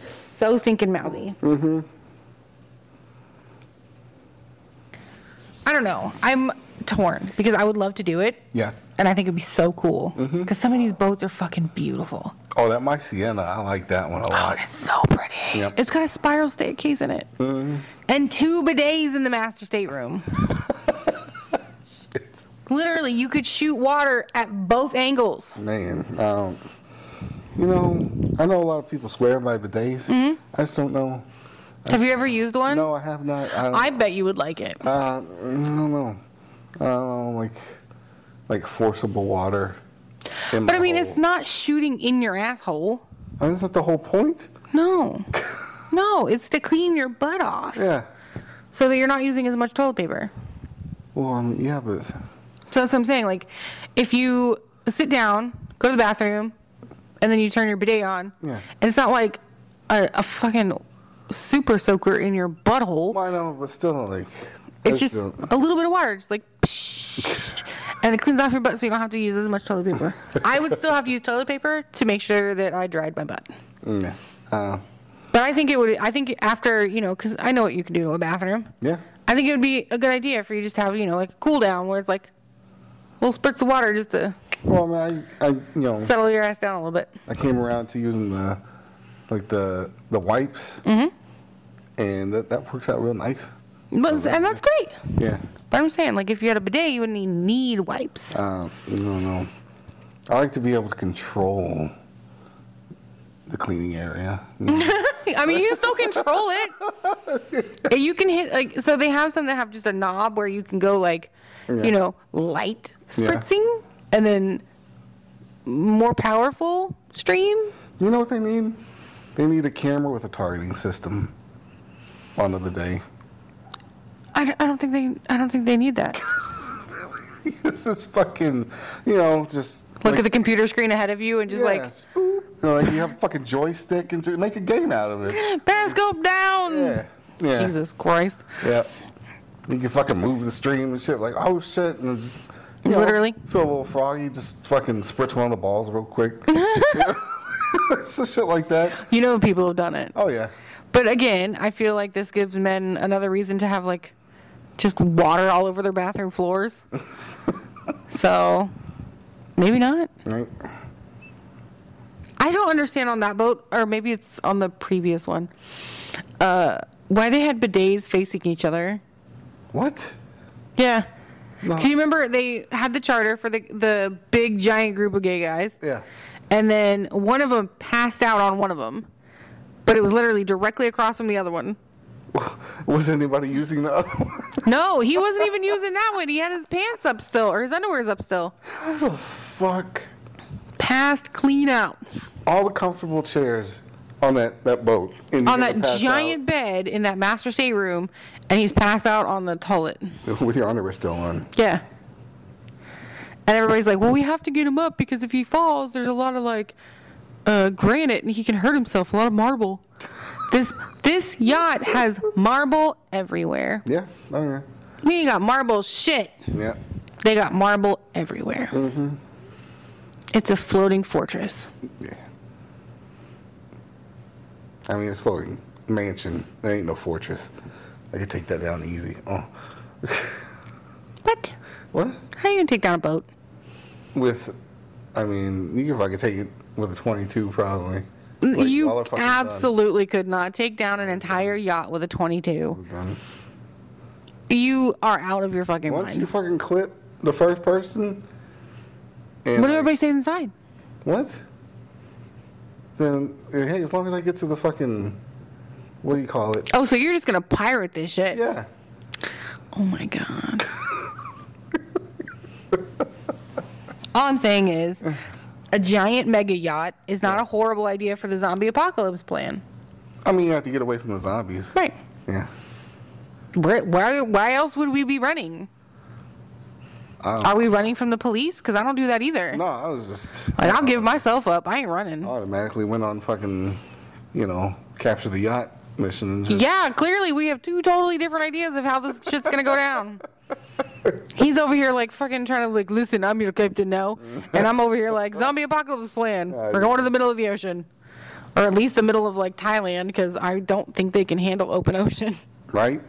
Speaker 2: so stinking mouthy. Mm-hmm. I don't know. I'm torn because I would love to do it.
Speaker 1: Yeah.
Speaker 2: And I think it'd be so cool. Because some of these boats are fucking beautiful.
Speaker 1: Oh, that My Sienna, I like that one a
Speaker 2: Oh,
Speaker 1: lot.
Speaker 2: it's so pretty.
Speaker 1: Yep.
Speaker 2: It's got a spiral staircase in it. And two bidets in the master stateroom.
Speaker 1: Shit.
Speaker 2: Literally, you could shoot water at both angles.
Speaker 1: <laughs> Man, um, you know, I know a lot of people swear by bidets.
Speaker 2: Mm-hmm.
Speaker 1: I just don't know.
Speaker 2: Have you ever used one?
Speaker 1: No, I have not. I don't,
Speaker 2: I bet you would like it.
Speaker 1: uh, I don't know. I don't know, like, like forcible water. in my
Speaker 2: but I mean,
Speaker 1: hole.
Speaker 2: it's not shooting in your asshole.
Speaker 1: I mean, Isn't that the whole point? <laughs>
Speaker 2: No. no, it's to clean your butt off
Speaker 1: Yeah.
Speaker 2: so that you're not using as much toilet paper.
Speaker 1: Well, I mean, yeah, but
Speaker 2: So that's what I'm saying. Like, if you sit down, go to the bathroom, and then you turn your bidet on,
Speaker 1: Yeah.
Speaker 2: and it's not like a, a fucking super soaker in your butthole.
Speaker 1: well, I know, but still, like, I
Speaker 2: It's just
Speaker 1: don't-
Speaker 2: a little bit of water, just like, and it cleans off your butt, so you don't have to use as much toilet paper. I would still have to use toilet paper to make sure that I dried my butt.
Speaker 1: yeah. Uh,
Speaker 2: But I think it would. I think after you know, because I know what you can do to a bathroom.
Speaker 1: yeah.
Speaker 2: I think it would be a good idea for you just to have you know like a cool down where it's like little spurts of water just to
Speaker 1: Well, I, mean, I, I, you know,
Speaker 2: settle your ass down a little bit.
Speaker 1: I came around to using the, like the the wipes,
Speaker 2: Mm-hmm.
Speaker 1: and that, that works out real nice.
Speaker 2: But, and that's great.
Speaker 1: Yeah,
Speaker 2: But I'm saying like if you had a bidet, you wouldn't even need wipes.
Speaker 1: um, no, no. I like to be able to control the cleaning
Speaker 2: <laughs>
Speaker 1: area.
Speaker 2: I mean, you still control it. And you can hit like so they have some that have just a knob where you can go like,
Speaker 1: Yeah.
Speaker 2: you know, light spritzing and then more powerful stream.
Speaker 1: You know what they need? They need a camera with a targeting system on the bidet.
Speaker 2: I don't, I don't think they I don't think they
Speaker 1: <laughs>
Speaker 2: need that.
Speaker 1: it's <laughs> just fucking, you know, just
Speaker 2: Look at the computer screen ahead of you and just
Speaker 1: yeah, just boop. You know, like you have a fucking joystick and just make a game out of
Speaker 2: <laughs>
Speaker 1: it.
Speaker 2: like periscope down.
Speaker 1: Yeah, yeah.
Speaker 2: Jesus Christ.
Speaker 1: Yeah. You can fucking move the stream and shit. Like, oh shit. And it's, you
Speaker 2: Literally.
Speaker 1: Feel a little froggy. Just fucking spritz one of the balls real quick.
Speaker 2: <laughs>
Speaker 1: <laughs> so shit like that.
Speaker 2: You know people have done it.
Speaker 1: Oh, yeah.
Speaker 2: But again, I feel like this gives men another reason to have like just water all over their bathroom floors. so maybe not.
Speaker 1: Right?
Speaker 2: I don't understand on that boat, or maybe it's on the previous one, uh, why they had bidets facing each other.
Speaker 1: What?
Speaker 2: Yeah.
Speaker 1: No.
Speaker 2: Do you remember they had the charter for the the big giant group of gay guys?
Speaker 1: Yeah. <laughs>
Speaker 2: And then one of them passed out on one of them, but it was literally directly across from the other one.
Speaker 1: Was anybody using the other one?
Speaker 2: No, he wasn't even using that one. He had his pants up still, or his underwear's up still.
Speaker 1: How the fuck?
Speaker 2: Passed clean out
Speaker 1: All the comfortable chairs on that, that boat. and you're
Speaker 2: on
Speaker 1: gonna
Speaker 2: that
Speaker 1: pass <laughs>
Speaker 2: giant bed in that master stateroom, and he's passed out on the toilet.
Speaker 1: out with your underwear still on.
Speaker 2: Yeah. And everybody's like, well, we have to get him up because if he falls, there's a lot of like uh, granite and he can hurt himself, a lot of marble. This this yacht has marble everywhere.
Speaker 1: Yeah. Oh yeah.
Speaker 2: We ain't got marble shit.
Speaker 1: Yeah.
Speaker 2: They got marble everywhere. It's a floating fortress.
Speaker 1: Yeah. I mean, it's floating mansion. There ain't no fortress. I could take that down easy. Oh.
Speaker 2: What?
Speaker 1: What?
Speaker 2: How you gonna take down a boat?
Speaker 1: With, I mean, you could fucking take it with a 22 probably. Like, all
Speaker 2: you
Speaker 1: our fucking guns.
Speaker 2: absolutely could not take down an entire yacht with a 22.
Speaker 1: Done.
Speaker 2: You are out of your fucking
Speaker 1: Once
Speaker 2: mind.
Speaker 1: you fucking clip the first person, and
Speaker 2: What if
Speaker 1: like,
Speaker 2: everybody stays inside?
Speaker 1: What? Then hey, as long as I get to the fucking, what do you call it?
Speaker 2: Oh, so you're just gonna pirate this shit?
Speaker 1: Yeah.
Speaker 2: Oh my god. <laughs> All I'm saying is, a giant mega yacht is not a horrible idea for the zombie apocalypse plan.
Speaker 1: I mean, you have to get away from the zombies.
Speaker 2: Right.
Speaker 1: Yeah.
Speaker 2: Where, why, why else would we be running? Are we running from the police? Because I don't do that either.
Speaker 1: No, I was just.
Speaker 2: Like, I'll give myself up. I ain't running.
Speaker 1: automatically went on fucking, you know, capture the yacht mission. And just,
Speaker 2: Yeah, clearly we have two totally different ideas of how this shit's gonna go down. He's over here like fucking trying to like listen. I'm your captain now, and I'm over here like zombie apocalypse plan. We're going to the middle of the ocean, or at least the middle of like Thailand, because I don't think they can handle open ocean.
Speaker 1: Right?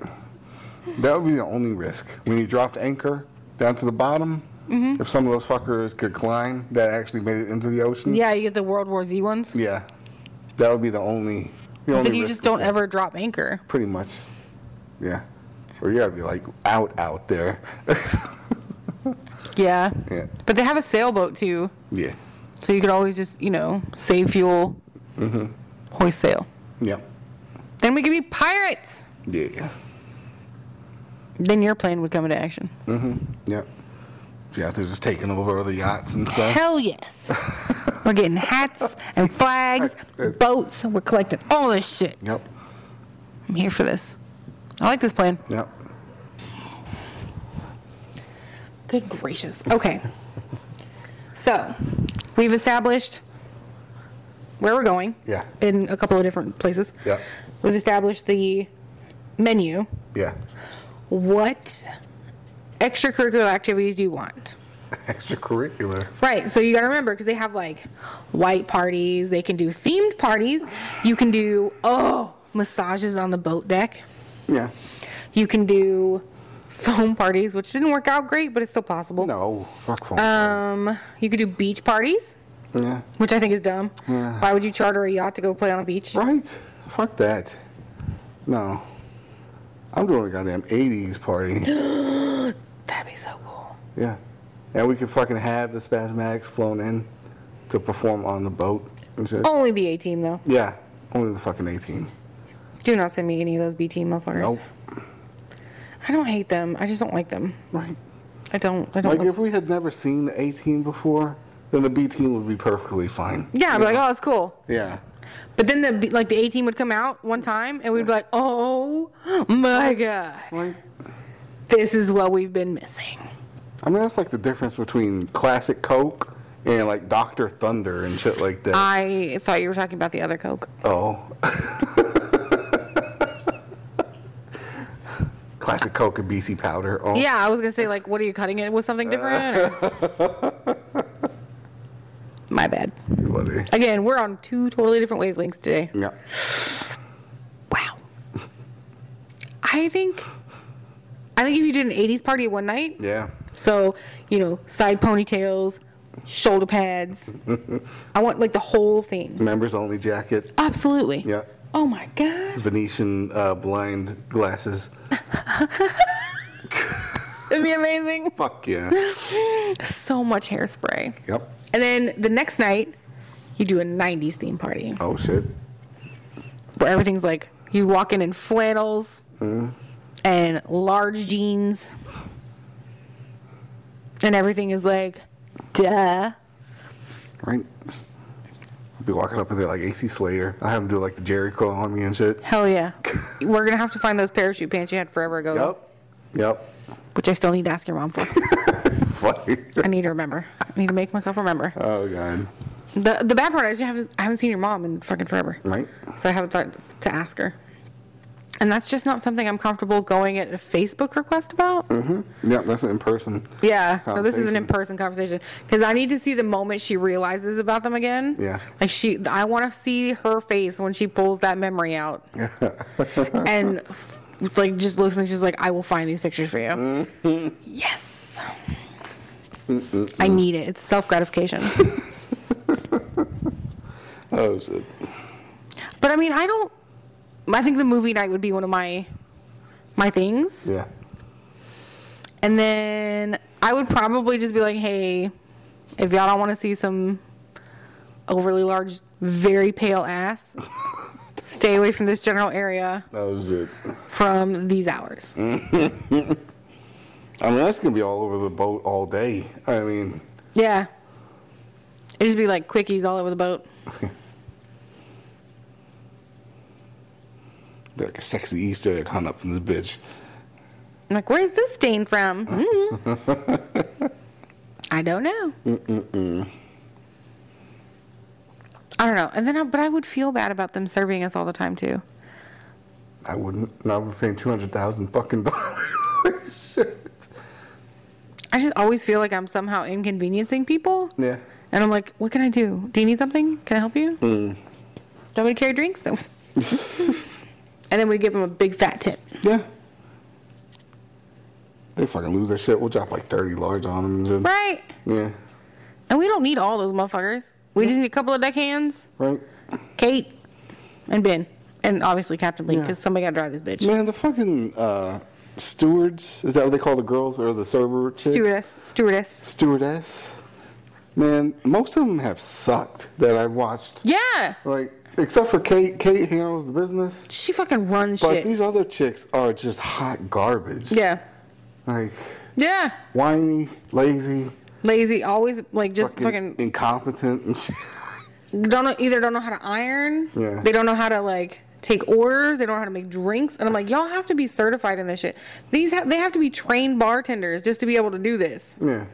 Speaker 1: That would be the only risk. When you dropped anchor down to the bottom,
Speaker 2: Mm-hmm.
Speaker 1: if some of those fuckers could climb that actually made it into the ocean.
Speaker 2: Yeah, you get the World War Z ones.
Speaker 1: Yeah. That would be the only. The only
Speaker 2: Then you
Speaker 1: risk
Speaker 2: just don't
Speaker 1: with that.
Speaker 2: ever drop anchor.
Speaker 1: Pretty much. Yeah. Or you gotta be like out out there. <laughs>
Speaker 2: Yeah.
Speaker 1: Yeah.
Speaker 2: But they have a sailboat too,
Speaker 1: yeah.
Speaker 2: so you could always just you know save fuel,
Speaker 1: Mm-hmm.
Speaker 2: hoist sail.
Speaker 1: Yep.
Speaker 2: Then we could be pirates.
Speaker 1: Yeah.
Speaker 2: Then your plan would come into action.
Speaker 1: Yep. Yeah, they're just taking over the yachts and stuff.
Speaker 2: Hell yes. We're getting hats and flags, boats. We're collecting all this shit.
Speaker 1: Yep.
Speaker 2: I'm here for this. I like this plan.
Speaker 1: Yep.
Speaker 2: Good gracious. Okay. So we've established where we're going
Speaker 1: Yeah.
Speaker 2: in a couple of different places.
Speaker 1: Yeah.
Speaker 2: We've established the menu.
Speaker 1: Yeah.
Speaker 2: What extracurricular activities do you want?
Speaker 1: <laughs> Extracurricular.
Speaker 2: Right. So you got to remember because they have like white parties. They can do themed parties. You can do oh massages on the boat deck.
Speaker 1: Yeah.
Speaker 2: You can do foam parties, which didn't work out great, but it's still possible.
Speaker 1: No, fuck phone.
Speaker 2: Um, you could do beach parties,
Speaker 1: yeah.
Speaker 2: which I think is dumb.
Speaker 1: Yeah.
Speaker 2: Why would you charter a yacht to go play on a beach?
Speaker 1: Right? Fuck that. No. I'm doing a goddamn 80s <gasps> party.
Speaker 2: That'd be so cool.
Speaker 1: yeah. And we could fucking have the spasmatics flown in to perform on the boat and shit.
Speaker 2: Only the A team though.
Speaker 1: Yeah. Only the fucking 18.
Speaker 2: Do not send me any of those B team motherfuckers.
Speaker 1: Nope.
Speaker 2: I don't hate them. I just don't like them.
Speaker 1: Right.
Speaker 2: I don't. I don't.
Speaker 1: Like
Speaker 2: Like
Speaker 1: if we had never seen the A team before, then the B team would be perfectly fine.
Speaker 2: yeah, but like, oh, it's cool.
Speaker 1: Yeah.
Speaker 2: But then the like the A team would come out one time and we'd be like, oh my god,
Speaker 1: Right.
Speaker 2: this is what we've been missing.
Speaker 1: I mean that's like the difference between classic Coke and like Doctor Thunder and shit like
Speaker 2: Uh,
Speaker 1: that.
Speaker 2: I thought you were talking about the other Coke.
Speaker 1: Oh. <laughs> Classic Coke and BC powder. Oh.
Speaker 2: Yeah, I was gonna say like, what are you cutting it with something different? or- my bad.
Speaker 1: Buddy.
Speaker 2: Again, we're on two totally different wavelengths today.
Speaker 1: Yeah.
Speaker 2: Wow. I think I think if you did an 80s party at one night,
Speaker 1: Yeah.
Speaker 2: so, you know, side ponytails, shoulder pads. I want like the whole thing.
Speaker 1: Members only jacket.
Speaker 2: Absolutely.
Speaker 1: Yeah.
Speaker 2: Oh my God.
Speaker 1: Venetian uh, blind glasses.
Speaker 2: <laughs> It'd be amazing.
Speaker 1: Fuck yeah.
Speaker 2: So much hairspray.
Speaker 1: Yep.
Speaker 2: And then the next night, you do a 90s theme party
Speaker 1: Oh shit.
Speaker 2: where everything's like you walk in in flannels and large jeans. And everything is like, duh.
Speaker 1: Right. Be walking up in there like AC Slater. I have him do like the Jericho on me and shit.
Speaker 2: Hell <laughs> yeah. We're going to have to find those parachute pants you had forever ago,
Speaker 1: Yep. Yep. <laughs>
Speaker 2: which I still need to ask your <laughs> mom for.
Speaker 1: Funny.
Speaker 2: I need to remember. I need to make myself remember.
Speaker 1: Oh god.
Speaker 2: The the bad part is you haven't I haven't seen your mom in fucking forever.
Speaker 1: Right.
Speaker 2: So I haven't thought to ask her. And that's just not something I'm comfortable going at a Facebook request about.
Speaker 1: Yep. That's in person.
Speaker 2: Yeah. No, this is
Speaker 1: Mm-hmm.
Speaker 2: an
Speaker 1: Conversation.
Speaker 2: in person conversation because I need to see the moment she realizes about them again.
Speaker 1: Yeah.
Speaker 2: Like she, I want to see her face when she pulls that memory
Speaker 1: <laughs>
Speaker 2: out, and f- like just looks and she's like, "I will find these pictures for you."
Speaker 1: Mm-hmm.
Speaker 2: yes. I need it. It's self
Speaker 1: <laughs>
Speaker 2: gratification.
Speaker 1: Oh shit.
Speaker 2: But I mean, I don't. I think the movie night would be one of my my things,
Speaker 1: Yeah.
Speaker 2: and then I would probably just be like, "Hey, if y'all don't want to see some overly large, very pale ass, stay away from this general area
Speaker 1: Oh shit.
Speaker 2: from these hours."
Speaker 1: I mean that's gonna be all over the boat all day. I mean <laughs>
Speaker 2: Yeah, it'd just be like quickies all over the boat.
Speaker 1: be like a sexy Easter egg hunt up in this bitch.
Speaker 2: I'm like, "Where's this stain from?" Mm. I don't know. I don't know. And then, I, but I would feel bad about them serving us all the time too.
Speaker 1: I wouldn't now we're paying two hundred thousand fucking <laughs> dollars. shit.
Speaker 2: I just always feel like I'm somehow inconveniencing people.
Speaker 1: Yeah.
Speaker 2: And I'm like, what can I do? Do you need something? Can I help you? Do you want me to carry drinks? No. and then we give them a big fat tip.
Speaker 1: Yeah. They fucking lose their shit. We'll drop like 30 large on them. And then-
Speaker 2: Right?
Speaker 1: Yeah.
Speaker 2: And we don't need all those motherfuckers. We just need a couple of deckhands,
Speaker 1: Right?
Speaker 2: Kate, and Ben. And obviously Captain Lee,
Speaker 1: Yeah.
Speaker 2: because somebody got to drive this bitch.
Speaker 1: Man, the fucking uh, stewards, is that what they call the girls or the server chicks?
Speaker 2: Stewardess. Stewardess.
Speaker 1: Stewardess. Man, most of them have sucked that I've watched.
Speaker 2: Yeah.
Speaker 1: Like, except for Kate. Kate handles the business.
Speaker 2: She fucking runs
Speaker 1: But
Speaker 2: shit.
Speaker 1: these other chicks are just hot garbage.
Speaker 2: yeah.
Speaker 1: Like,
Speaker 2: Yeah.
Speaker 1: whiny, lazy,
Speaker 2: Lazy. Always like just
Speaker 1: fucking,
Speaker 2: fucking
Speaker 1: incompetent and shit. <laughs>
Speaker 2: don't know either don't know how to iron.
Speaker 1: Yeah.
Speaker 2: They don't know how to like take orders. They don't know how to make drinks. And I'm like, y'all have to be certified in this shit. These ha- they have to be trained bartenders just to be able to do this.
Speaker 1: Yeah.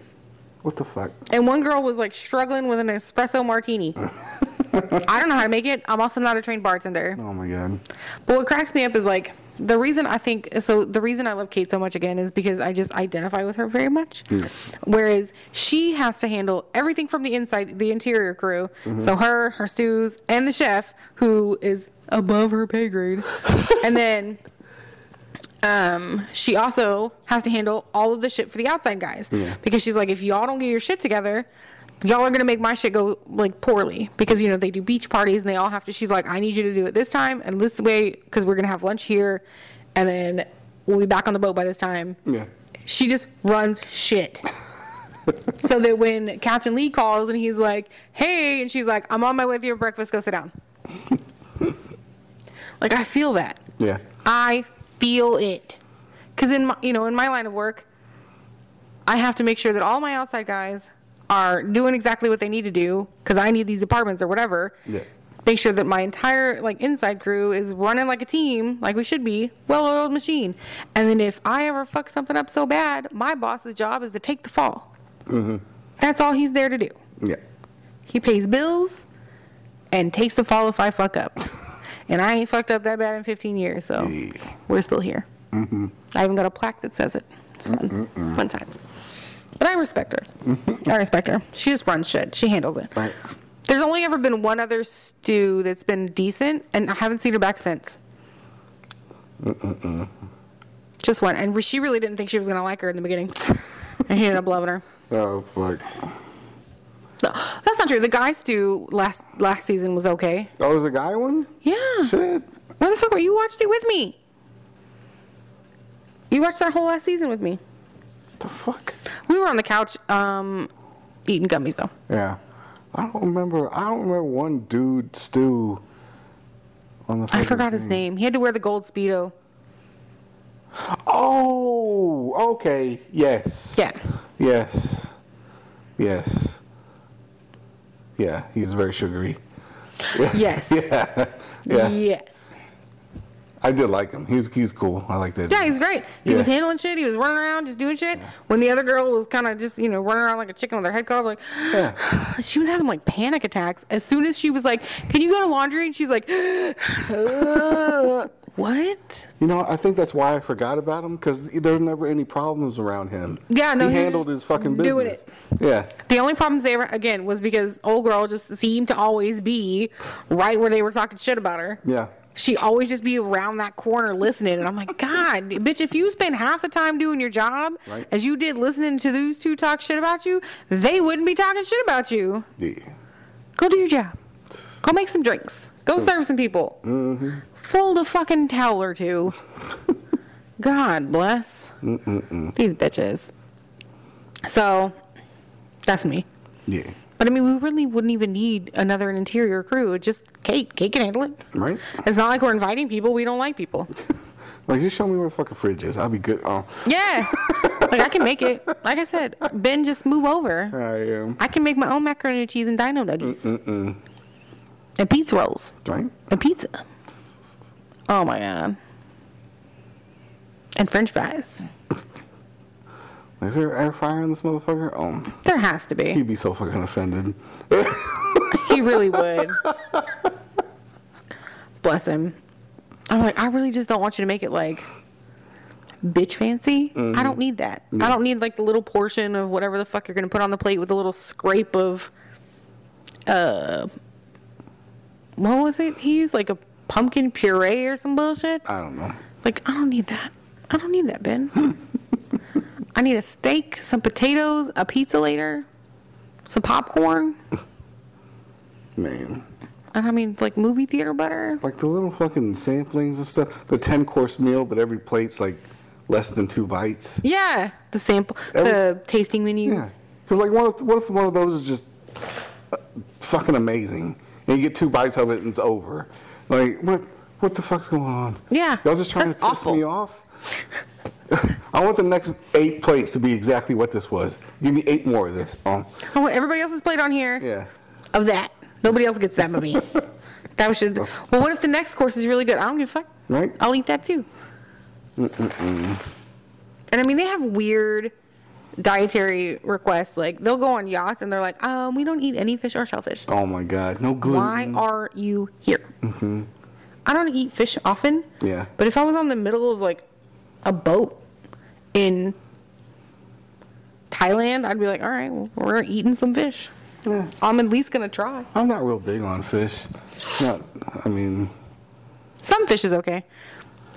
Speaker 1: What the fuck?
Speaker 2: And one girl was like struggling with an espresso martini. <laughs> I don't know how to make it. I'm also not a trained bartender.
Speaker 1: Oh my god.
Speaker 2: But what cracks me up is like the reason I think so the reason I love Kate so much again is because I just identify with her very much. Whereas she has to handle everything from the inside the interior crew. So her, her stews, and the chef who is above her pay grade. and then um, she also has to handle all of the shit for the outside guys because she's like, if y'all don't get your shit together, y'all are gonna make my shit go like poorly because you know they do beach parties and they all have to. She's like, I need you to do it this time and this way because we're gonna have lunch here, and then we'll be back on the boat by this time.
Speaker 1: Yeah.
Speaker 2: She just runs shit. so that when Captain Lee calls and he's like, "Hey," and she's like, "I'm on my way to your breakfast. Go sit down." like I feel that.
Speaker 1: Yeah.
Speaker 2: I feel it. Cause in my, you know, in my line of work, I have to make sure that all my outside guys are doing exactly what they need to do. Cause I need these apartments or whatever.
Speaker 1: Yeah.
Speaker 2: Make sure that my entire like inside crew is running like a team, like we should be, well-oiled machine. And then if I ever fuck something up so bad, my boss's job is to take the fall. That's all he's there to do.
Speaker 1: Yeah.
Speaker 2: He pays bills and takes the fall if I fuck up. <laughs> And I ain't fucked up that bad in 15 years, so
Speaker 1: Yeah.
Speaker 2: we're still here. I even got a plaque that says it. It's fun. Fun times. But I respect her. I respect her. She just runs shit. She handles it.
Speaker 1: Right.
Speaker 2: There's only ever been one other stew that's been decent, and I haven't seen her back since. Just one. And she really didn't think she was going to like her in the beginning. and he ended up loving her.
Speaker 1: Oh, like,
Speaker 2: No, that's not true. The guys do last last season was okay.
Speaker 1: oh, there's a guy one?
Speaker 2: Yeah.
Speaker 1: Shit.
Speaker 2: Where the fuck were you watched it with me? You watched that whole last season with me.
Speaker 1: The fuck?
Speaker 2: We were on the couch, um, eating gummies though.
Speaker 1: Yeah. I don't remember. I don't remember one dude stew on the.
Speaker 2: I
Speaker 1: fucking
Speaker 2: forgot his
Speaker 1: thing.
Speaker 2: name. He had to wear the gold speedo.
Speaker 1: Oh, okay. Yes.
Speaker 2: Yeah.
Speaker 1: Yes. Yes. Yeah, he's very sugary.
Speaker 2: Yes.
Speaker 1: <laughs> Yeah. yeah.
Speaker 2: Yes.
Speaker 1: I did like him. He's he's cool. I like that.
Speaker 2: Yeah, he's great. He was
Speaker 1: Yeah.
Speaker 2: handling shit. He was running around, just doing shit. When the other girl was kind of just, you know, running around like a chicken with her head covered, like
Speaker 1: Yeah.
Speaker 2: <gasps> she was having like panic attacks. As soon as she was like, "Can you go to laundry?" and she's like, <gasps> uh, "What?"
Speaker 1: You know, I think that's why I forgot about him because there were never any problems around him.
Speaker 2: Yeah, no,
Speaker 1: he,
Speaker 2: he was
Speaker 1: handled
Speaker 2: just
Speaker 1: his fucking
Speaker 2: doing
Speaker 1: business. Yeah,
Speaker 2: The only problems they ever again was because old girl just seemed to always be right where they were talking shit about her.
Speaker 1: yeah,
Speaker 2: She always just be around that corner listening, and I'm like, God, bitch! If you spend half the time doing your job
Speaker 1: Right.
Speaker 2: as you did listening to those two talk shit about you, they wouldn't be talking shit about you.
Speaker 1: yeah.
Speaker 2: Go do your job. Go make some drinks. Go serve some people. Fold a fucking towel or two. God bless these bitches. So that's me.
Speaker 1: yeah.
Speaker 2: But I mean, we really wouldn't even need another interior crew. It's just Kate. Kate can handle it.
Speaker 1: Right?
Speaker 2: It's not like we're inviting people. We don't like people.
Speaker 1: Like, just show me where the fucking fridge is. I'll be good. Oh,
Speaker 2: Yeah. like I can make it. Like I said, Ben, just move over.
Speaker 1: I am.
Speaker 2: I can make my own macaroni and cheese and dino nuggies and pizza rolls.
Speaker 1: Right?
Speaker 2: and pizza. Oh my god. And french fries.
Speaker 1: Is there air fryer in this motherfucker? Oh,
Speaker 2: There has to be.
Speaker 1: he'd be so fucking offended.
Speaker 2: He really would. <laughs> Bless him. I'm like, I really just don't want you to make it like bitch fancy. I don't need that. I don't need like the little portion of whatever the fuck you're going to put on the plate with a little scrape of uh what was it? He used like a pumpkin puree or some bullshit.
Speaker 1: I don't know.
Speaker 2: Like, I don't need that. I don't need that, Ben. <laughs> I need a steak, some potatoes, a pizza later, some popcorn,
Speaker 1: Man.
Speaker 2: and I mean, like movie theater butter.
Speaker 1: Like the little fucking samplings and stuff. The 10 course meal, but every plate's like less than two bites.
Speaker 2: Yeah, the sample, the
Speaker 1: Every-
Speaker 2: tasting menu. <laughs>
Speaker 1: Yeah. Because, like, what if, what if one of those is just uh, fucking amazing? And you get two bites of it and it's over. Like, what what the fuck's going on?
Speaker 2: Yeah,
Speaker 1: Y'all just trying
Speaker 2: that's
Speaker 1: to piss
Speaker 2: awful.
Speaker 1: me off? <laughs> I want the next eight plates to be exactly what this was. Give me eight more of this. Um,
Speaker 2: I want Oh, everybody else's plate on here
Speaker 1: yeah.
Speaker 2: of that. Nobody else gets that
Speaker 1: <laughs>
Speaker 2: but me. that was just, well, what if the next course is really good? I don't give a fuck.
Speaker 1: Right?
Speaker 2: I'll eat that too. And I mean, they have weird dietary requests. Like they'll go on yachts and they're like, um, we don't eat any fish or shellfish.
Speaker 1: Oh my God. No gluten.
Speaker 2: Why are you here? I don't eat fish often.
Speaker 1: Mm-hmm. Yeah.
Speaker 2: But if I was on the middle of like a boat in Thailand, I'd be like, all right, well, we're eating some fish.
Speaker 1: Yeah.
Speaker 2: I'm at least gonna try.
Speaker 1: I'm not real big on fish. Not, I mean,
Speaker 2: Some fish is okay,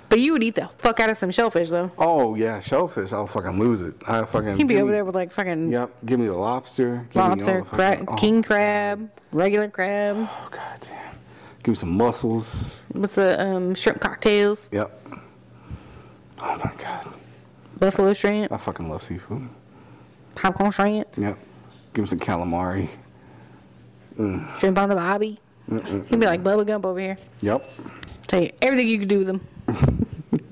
Speaker 2: but you would eat the fuck out of some shellfish though.
Speaker 1: oh yeah, shellfish. I'll fucking lose it. I fucking.
Speaker 2: He'd be
Speaker 1: give me-
Speaker 2: over there with like fucking
Speaker 1: Yep. Give me the lobster. Give Me all
Speaker 2: lobster,
Speaker 1: the fucking-
Speaker 2: cra-
Speaker 1: oh,
Speaker 2: king crab, regular crab.
Speaker 1: Oh god damn. Give me some mussels.
Speaker 2: What's the um, shrimp cocktails?
Speaker 1: Yep. Oh my god.
Speaker 2: Buffalo shrimp,
Speaker 1: I fucking love seafood.
Speaker 2: popcorn shrimp,
Speaker 1: Yep. Give me some calamari.
Speaker 2: shrimp on the bobby. He'd be like Bubba Gump over here.
Speaker 1: Yep.
Speaker 2: Tell you everything you could do with them.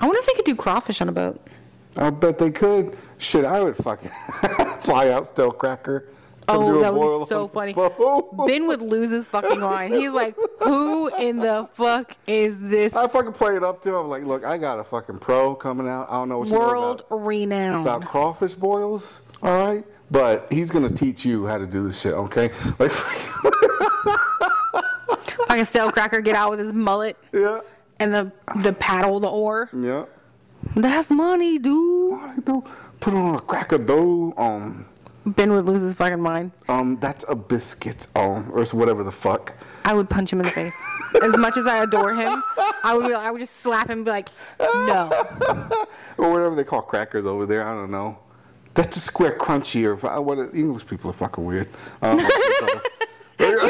Speaker 2: I wonder if they could do crawfish on a boat.
Speaker 1: I bet they could. Shit, I would fucking <laughs> fly out stale cracker. come do
Speaker 2: Oh,
Speaker 1: a
Speaker 2: that would
Speaker 1: boil
Speaker 2: be so
Speaker 1: on the
Speaker 2: funny.
Speaker 1: boat.
Speaker 2: Ben would lose his fucking mind. He's like, "Who in the fuck is this
Speaker 1: I fucking play it up to. I'm like, look, I got a fucking pro coming out. I don't know what you know about-
Speaker 2: world renowned?"
Speaker 1: about crawfish boils, all right? But he's gonna teach you how to do this shit, okay? Like, <laughs>
Speaker 2: Like a stale cracker, get out with his mullet
Speaker 1: yeah,
Speaker 2: and the the paddle, the oar.
Speaker 1: yeah.
Speaker 2: That's money, dude.
Speaker 1: All right, though. Put on a cracker dough. Um,
Speaker 2: Ben would lose his fucking mind.
Speaker 1: um, that's a biscuit. Um, or it's whatever the fuck. <laughs>
Speaker 2: I would punch him in the face. As much as I adore him, I would be like, I would just slap him and be like, no.
Speaker 1: or whatever they call crackers over there. I don't know. That's a square crunchy or fi- what? English people are fucking weird. Um, I, don't know what to
Speaker 2: you
Speaker 1: tell 'em.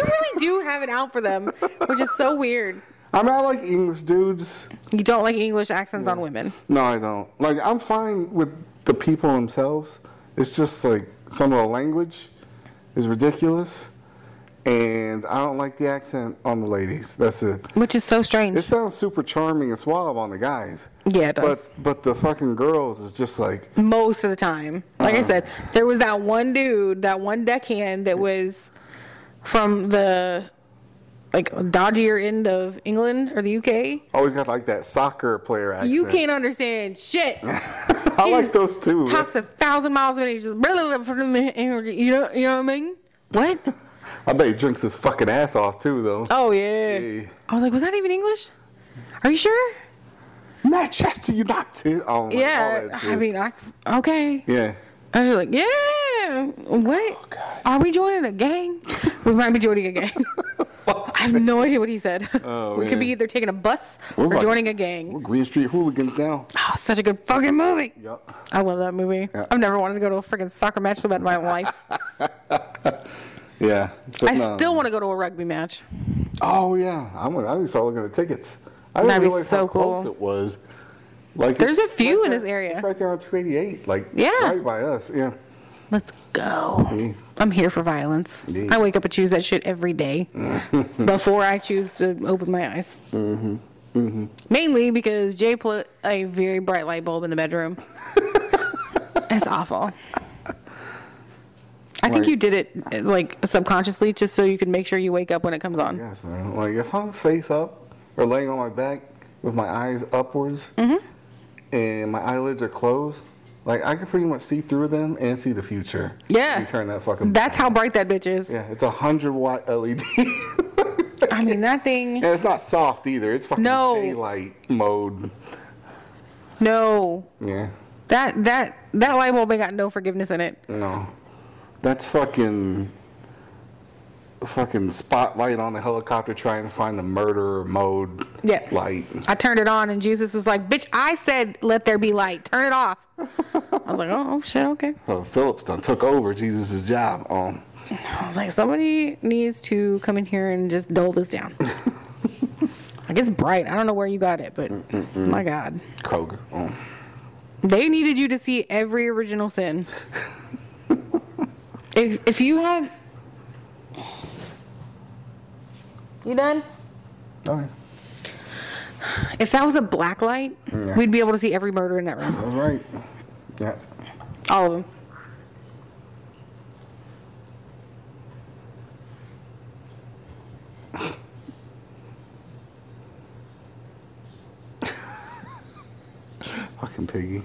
Speaker 2: really do have it out for them, which is so weird.
Speaker 1: <laughs> I mean, I like English dudes.
Speaker 2: You don't like English accents on women.
Speaker 1: No, I don't. Like, I'm fine with the people themselves. It's just like some of the language is ridiculous, and I don't like the accent on the ladies. That's it.
Speaker 2: Which is so strange.
Speaker 1: It sounds super charming and suave on the guys.
Speaker 2: Yeah, it does.
Speaker 1: But but the fucking girls is just like
Speaker 2: most of the time. Like I
Speaker 1: Uh-huh.
Speaker 2: said, there was that one dude, that one deckhand that was from the like dodgier end of England or the UK.
Speaker 1: always got like that soccer player accent.
Speaker 2: You can't understand shit.
Speaker 1: <laughs> I like those too.
Speaker 2: Talks a thousand miles a minute. Just blah, blah, blah, blah, you know, you know what I mean? What?
Speaker 1: I bet he drinks his fucking ass off too, though.
Speaker 2: <laughs> Oh yeah.
Speaker 1: Hey.
Speaker 2: I was like, was that even English? Are you sure?
Speaker 1: Manchester United. Oh, like, all
Speaker 2: yeah.
Speaker 1: that shit.
Speaker 2: I mean, I okay.
Speaker 1: yeah.
Speaker 2: I was just like, yeah. What?
Speaker 1: Oh, God.
Speaker 2: Are we joining
Speaker 1: <laughs>
Speaker 2: a gang? <laughs> we might be joining a gang. <laughs> I have no idea what he said.
Speaker 1: Oh,
Speaker 2: <laughs> we could be
Speaker 1: man.
Speaker 2: either taking a bus
Speaker 1: We're
Speaker 2: or
Speaker 1: like-
Speaker 2: joining a
Speaker 1: We're
Speaker 2: gang.
Speaker 1: Green Street hooligans now.
Speaker 2: Oh, such a good fucking movie.
Speaker 1: Yup.
Speaker 2: I love that movie.
Speaker 1: Yeah.
Speaker 2: I've never wanted to go to a freaking soccer match so bad in
Speaker 1: <laughs>
Speaker 2: my life.
Speaker 1: Yeah. But
Speaker 2: I
Speaker 1: no.
Speaker 2: still want to go to a rugby match.
Speaker 1: Oh yeah. I'm. I need to start looking at tickets. I didn't
Speaker 2: That'd be
Speaker 1: realize how
Speaker 2: so cool.
Speaker 1: close it was. Like
Speaker 2: There's
Speaker 1: it's
Speaker 2: a few
Speaker 1: right
Speaker 2: in
Speaker 1: there-
Speaker 2: this area.
Speaker 1: It's right there on 288. Like
Speaker 2: Yeah.
Speaker 1: Right by us. Yeah.
Speaker 2: Let's go. I'm here for violence.
Speaker 1: Yeah.
Speaker 2: I wake up and choose that shit every day before I choose to open my eyes. Mm-hmm. Mm-hmm. Mainly because Jay put a very bright light bulb in the bedroom. it's awful. I think
Speaker 1: Like-
Speaker 2: you did it like subconsciously just so you could make sure you wake up when it comes on.
Speaker 1: Yes, man. Like if I'm face up or laying on my back with my eyes upwards
Speaker 2: Mm-hmm.
Speaker 1: and my eyelids are closed, like I can pretty much see through them and see the future.
Speaker 2: Yeah.
Speaker 1: You turn that fucking.
Speaker 2: That's how bright that bitch is.
Speaker 1: yeah, it's a hundred watt LED. <laughs>
Speaker 2: I mean, that thing.
Speaker 1: and it's not soft either. It's fucking
Speaker 2: No.
Speaker 1: daylight mode.
Speaker 2: No.
Speaker 1: Yeah.
Speaker 2: That that that light bulb ain't got no forgiveness in it.
Speaker 1: No. That's fucking. Fucking spotlight on the helicopter trying to find the murderer mode.
Speaker 2: Yeah.
Speaker 1: Light.
Speaker 2: I turned it on and Jesus was like, "Bitch, I said let there be light. Turn it off." I was like, "Oh, oh, shit, okay."
Speaker 1: Oh, Phillips done took over Jesus' job. Um.
Speaker 2: I was like, "Somebody needs to come in here and just dull this down." like it's bright. I don't know where you got it, but my God,
Speaker 1: Kroger. Um,
Speaker 2: they needed you to see every original sin. if if you had, you done?
Speaker 1: okay.
Speaker 2: If that was a black light,
Speaker 1: Yeah.
Speaker 2: we'd be able to see every murder in that room,
Speaker 1: That's right. Yeah.
Speaker 2: all of them.
Speaker 1: Fucking piggy.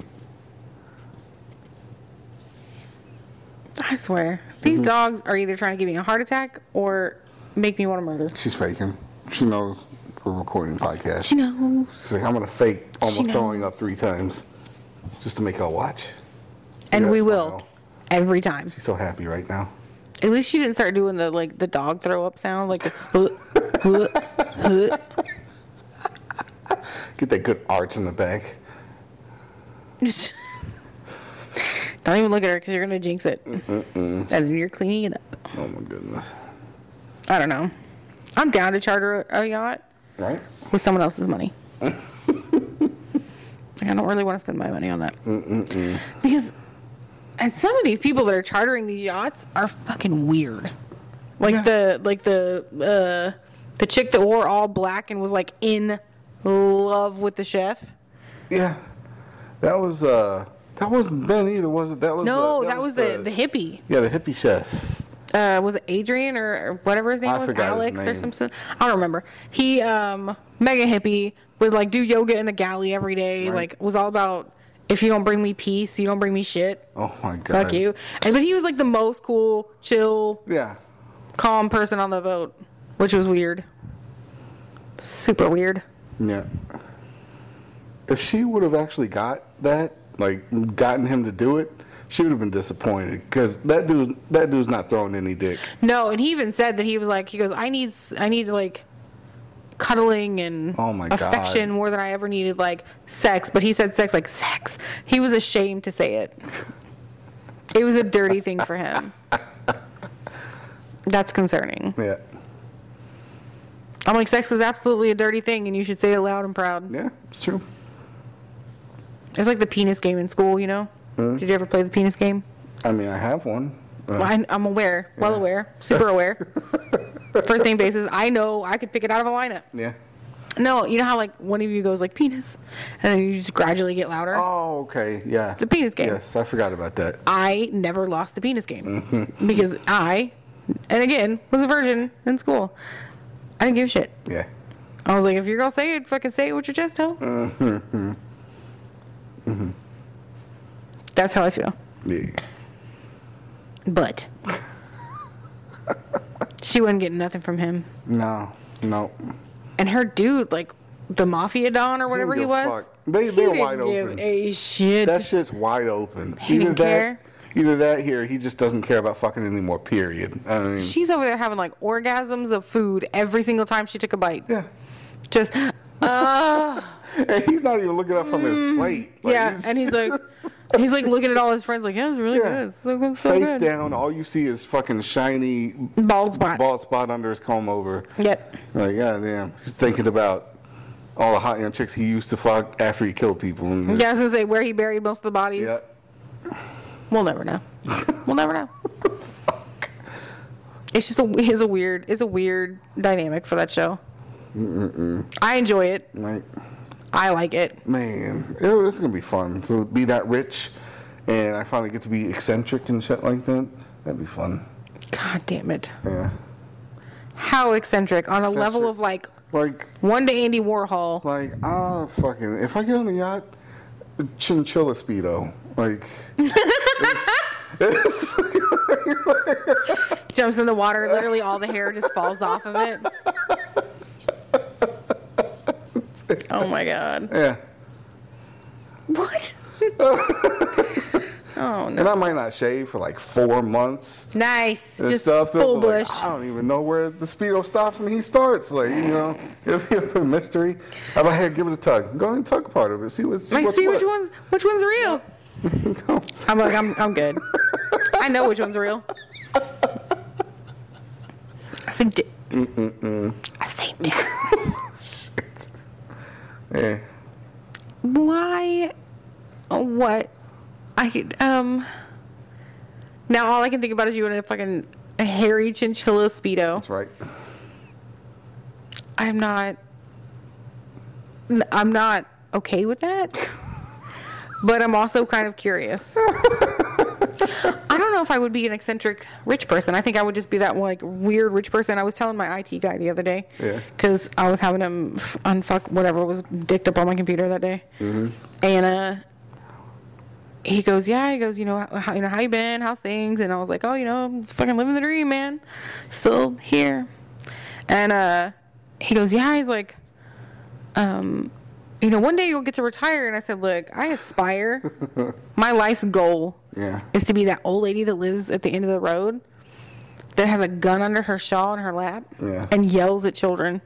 Speaker 2: I swear. These dogs are either trying to give me a heart attack or make me want to murder.
Speaker 1: She's faking. She knows we're recording a podcast.
Speaker 2: She knows.
Speaker 1: She's like, I'm gonna fake almost
Speaker 2: knows.
Speaker 1: throwing up three times. Just to make her watch.
Speaker 2: And
Speaker 1: Yeah,
Speaker 2: we
Speaker 1: I
Speaker 2: will.
Speaker 1: know.
Speaker 2: Every time.
Speaker 1: She's so happy right now.
Speaker 2: At least she didn't start doing the like the dog throw up sound like <laughs> the, "Huh, huh, huh."
Speaker 1: Get that good arch in the back.
Speaker 2: Just- Don't even look at her because you're gonna jinx it, and then you're cleaning it up.
Speaker 1: Oh my goodness.
Speaker 2: I don't know. I'm down to charter a a yacht
Speaker 1: Right?
Speaker 2: with someone else's money. <laughs> Like, I don't really want to spend my money on that. Because, and some of these people that are chartering these yachts are fucking weird. Like the like the uh, the chick that wore all black and was like in love with the chef.
Speaker 1: Yeah. That was uh that wasn't Ben either, was it? That was
Speaker 2: No,
Speaker 1: uh,
Speaker 2: that, was, the, the hippie.
Speaker 1: Yeah, the hippie chef.
Speaker 2: Uh, was it Adrian or, or whatever his name
Speaker 1: I
Speaker 2: was?
Speaker 1: forgot his
Speaker 2: Alex or
Speaker 1: name.
Speaker 2: something. I don't remember. He um mega hippie would like do yoga in the galley every day.
Speaker 1: Right.
Speaker 2: Like was all about if you don't bring me peace, you don't bring me shit.
Speaker 1: Oh my god.
Speaker 2: Fuck you. And but he was like the most cool, chill,
Speaker 1: Yeah.
Speaker 2: calm person on the boat, which was weird. Super weird.
Speaker 1: Yeah. If she would have actually got that, like gotten him to do it, She would have been disappointed because that dude, that dude's not throwing any dick.
Speaker 2: No, and he even said that he was like, he goes, I need, s- I need like cuddling and
Speaker 1: Oh my God.
Speaker 2: affection more than I ever needed like sex. But he said sex like sex. He was ashamed to say it. it was a dirty thing for
Speaker 1: <laughs>
Speaker 2: him. That's concerning.
Speaker 1: Yeah,
Speaker 2: I'm like, sex is absolutely a dirty thing, and you should say it loud and proud.
Speaker 1: yeah, it's true.
Speaker 2: It's like the penis game in school, you know?
Speaker 1: Mm-hmm.
Speaker 2: Did you ever play the penis game?
Speaker 1: I mean, I have one. Uh,
Speaker 2: I, I'm aware, well aware, super
Speaker 1: <laughs>
Speaker 2: aware. First name basis. I know I could pick it out of a lineup.
Speaker 1: yeah.
Speaker 2: No, you know how like one of you goes like penis, and then you just gradually get louder.
Speaker 1: Oh, okay. Yeah.
Speaker 2: The penis game.
Speaker 1: Yes, I forgot about that.
Speaker 2: I never lost the
Speaker 1: <laughs>
Speaker 2: penis game because I, and again, was a virgin in school. I didn't give a shit.
Speaker 1: Yeah.
Speaker 2: I was like, if you're gonna say it, fucking say it with your chest out. That's how I feel.
Speaker 1: Yeah. <laughs>
Speaker 2: But she wasn't getting nothing from him,
Speaker 1: No. No.
Speaker 2: and her dude, like the mafia don or whatever he
Speaker 1: give a
Speaker 2: was,
Speaker 1: fuck. They-
Speaker 2: he
Speaker 1: they're
Speaker 2: didn't
Speaker 1: wide
Speaker 2: give
Speaker 1: open.
Speaker 2: a shit.
Speaker 1: That shit's wide open.
Speaker 2: He didn't
Speaker 1: that,
Speaker 2: care?
Speaker 1: Either that here, he just doesn't care about fucking anymore. Period. I mean,
Speaker 2: She's over there having like orgasms of food every single time she took a bite.
Speaker 1: yeah. <laughs>
Speaker 2: Just, uh,
Speaker 1: And he's not even looking up from his plate. Like,
Speaker 2: Mm, yeah. And
Speaker 1: <laughs>
Speaker 2: he's like, he's like looking at all his friends, like, yeah, it's really
Speaker 1: Yeah.
Speaker 2: good. It's so good. So
Speaker 1: face
Speaker 2: good.
Speaker 1: down. All you see is fucking shiny
Speaker 2: Bald spot.
Speaker 1: bald spot under his comb over.
Speaker 2: Yep.
Speaker 1: Like, goddamn, he's thinking about all the hot young chicks he used to fuck after he killed people.
Speaker 2: Yeah, I was gonna say where he buried most of the bodies.
Speaker 1: Yeah.
Speaker 2: We'll
Speaker 1: <laughs>
Speaker 2: never know. we'll never know. It's just a it's a weird it's a weird dynamic for that show. I enjoy it.
Speaker 1: Like,
Speaker 2: I like it.
Speaker 1: man, it, this is gonna be fun. So be that rich, and I finally get to be eccentric and shit like that. That'd be fun.
Speaker 2: God damn it!
Speaker 1: Yeah.
Speaker 2: How eccentric on a
Speaker 1: Eccentric.
Speaker 2: level of like
Speaker 1: Like,
Speaker 2: one to Andy Warhol.
Speaker 1: like, ah, fucking. If I get on the yacht, chinchilla speedo. Like,
Speaker 2: jumps in the water, literally all the hair just falls off of it. Oh my god.
Speaker 1: yeah.
Speaker 2: What? oh no.
Speaker 1: And I might not shave for like four months.
Speaker 2: Nice.
Speaker 1: and
Speaker 2: Just
Speaker 1: stuff. they'll
Speaker 2: full
Speaker 1: be like, ah,
Speaker 2: bush.
Speaker 1: I don't even know where the speedo stops and he starts. Like you know, <laughs> it'll be a bit of a mystery. I'm like, hey, give it a tug. Go ahead and tug part of it. See what. See
Speaker 2: Like,
Speaker 1: what's
Speaker 2: see
Speaker 1: what.
Speaker 2: which one's which one's
Speaker 1: <laughs>
Speaker 2: real. I'm like, I'm I'm good. I know which one's real. I think. Di- I say dick.
Speaker 1: Yeah.
Speaker 2: Why? What? I could, um. Now all I can think about is you in a fucking a hairy chinchilla speedo.
Speaker 1: That's right.
Speaker 2: I'm not. n- I'm not okay with that. but I'm also kind of curious. I don't know if I would be an eccentric rich person. I think I would just be that like weird rich person. I was telling my IT guy the other day.
Speaker 1: Yeah.
Speaker 2: Because I was having him f- unfuck whatever was dicked up on my computer that day. And uh, he goes, yeah. He goes, you know, how, you know, how you been? How's things? And I was like, oh, you know, I'm fucking living the dream, man. Still here. And uh, he goes, yeah. He's like, um, you know, one day you'll get to retire. And I said, look, I
Speaker 1: <laughs>
Speaker 2: aspire. My life's goal
Speaker 1: Yeah.
Speaker 2: is to be that old lady that lives at the end of the road that has a gun under her shawl in her lap
Speaker 1: Yeah.
Speaker 2: and yells at
Speaker 1: <laughs>
Speaker 2: children.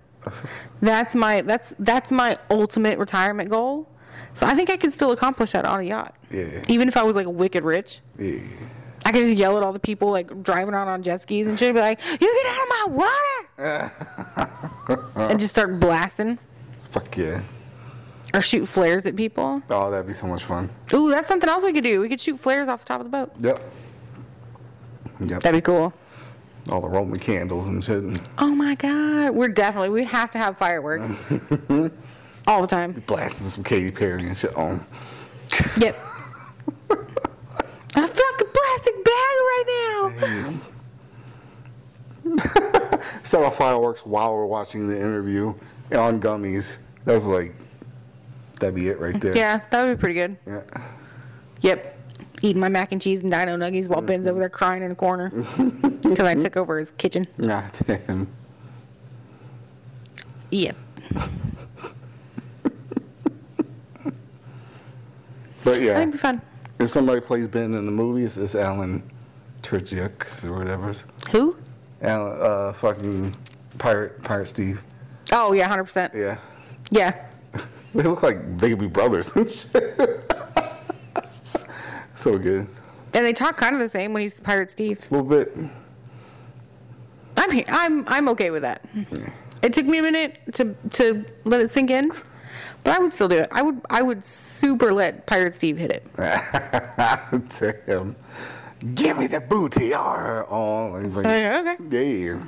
Speaker 2: That's my that's that's my ultimate retirement goal. So I think I could still accomplish that on a yacht.
Speaker 1: Yeah.
Speaker 2: Even if I was like wicked rich.
Speaker 1: Yeah.
Speaker 2: I could just yell at all the people like driving around on jet skis and shit and be like, You get out of my water
Speaker 1: <laughs>
Speaker 2: and just start blasting
Speaker 1: Fuck yeah.
Speaker 2: or shoot flares at people.
Speaker 1: Oh, that'd be so much fun.
Speaker 2: Ooh, that's something else we could do. We could shoot flares off the top of the boat.
Speaker 1: Yep. Yep.
Speaker 2: That'd be cool.
Speaker 1: All the Roman candles and shit. and
Speaker 2: Oh my God. We're definitely, we have to have <laughs> fireworks all the time.
Speaker 1: Blasting some Katy Perry and shit on. <laughs>
Speaker 2: Yep. I feel like a plastic bag right now.
Speaker 1: Set off fireworks while we're watching the interview on gummies. That's like, that'd be it right there.
Speaker 2: Yeah, that would be pretty good.
Speaker 1: Yeah.
Speaker 2: Yep. Eating my mac and cheese and dino nuggies while Ben's over there crying in the <laughs> corner because I took over his kitchen.
Speaker 1: <laughs> God damn.
Speaker 2: Yep.
Speaker 1: But
Speaker 2: I
Speaker 1: yeah.
Speaker 2: think it'd be fun.
Speaker 1: If somebody plays Ben in the movie, it's, it's Alan Terziuk or whatever.
Speaker 2: Who?
Speaker 1: Alan, uh, fucking pirate, pirate Steve.
Speaker 2: Oh yeah, hundred percent.
Speaker 1: Yeah,
Speaker 2: Yeah.
Speaker 1: they look like they could be brothers. and shit. <laughs> so good,
Speaker 2: And they talk kind of the same when he's Pirate Steve.
Speaker 1: a little bit.
Speaker 2: I'm he- I'm I'm okay with that. It took me a minute to to let it sink in, but I would still do it. I would I would super let Pirate Steve hit it.
Speaker 1: <laughs> Damn. Give me the booty, R. Oh, like,
Speaker 2: Yeah, okay.
Speaker 1: yeah.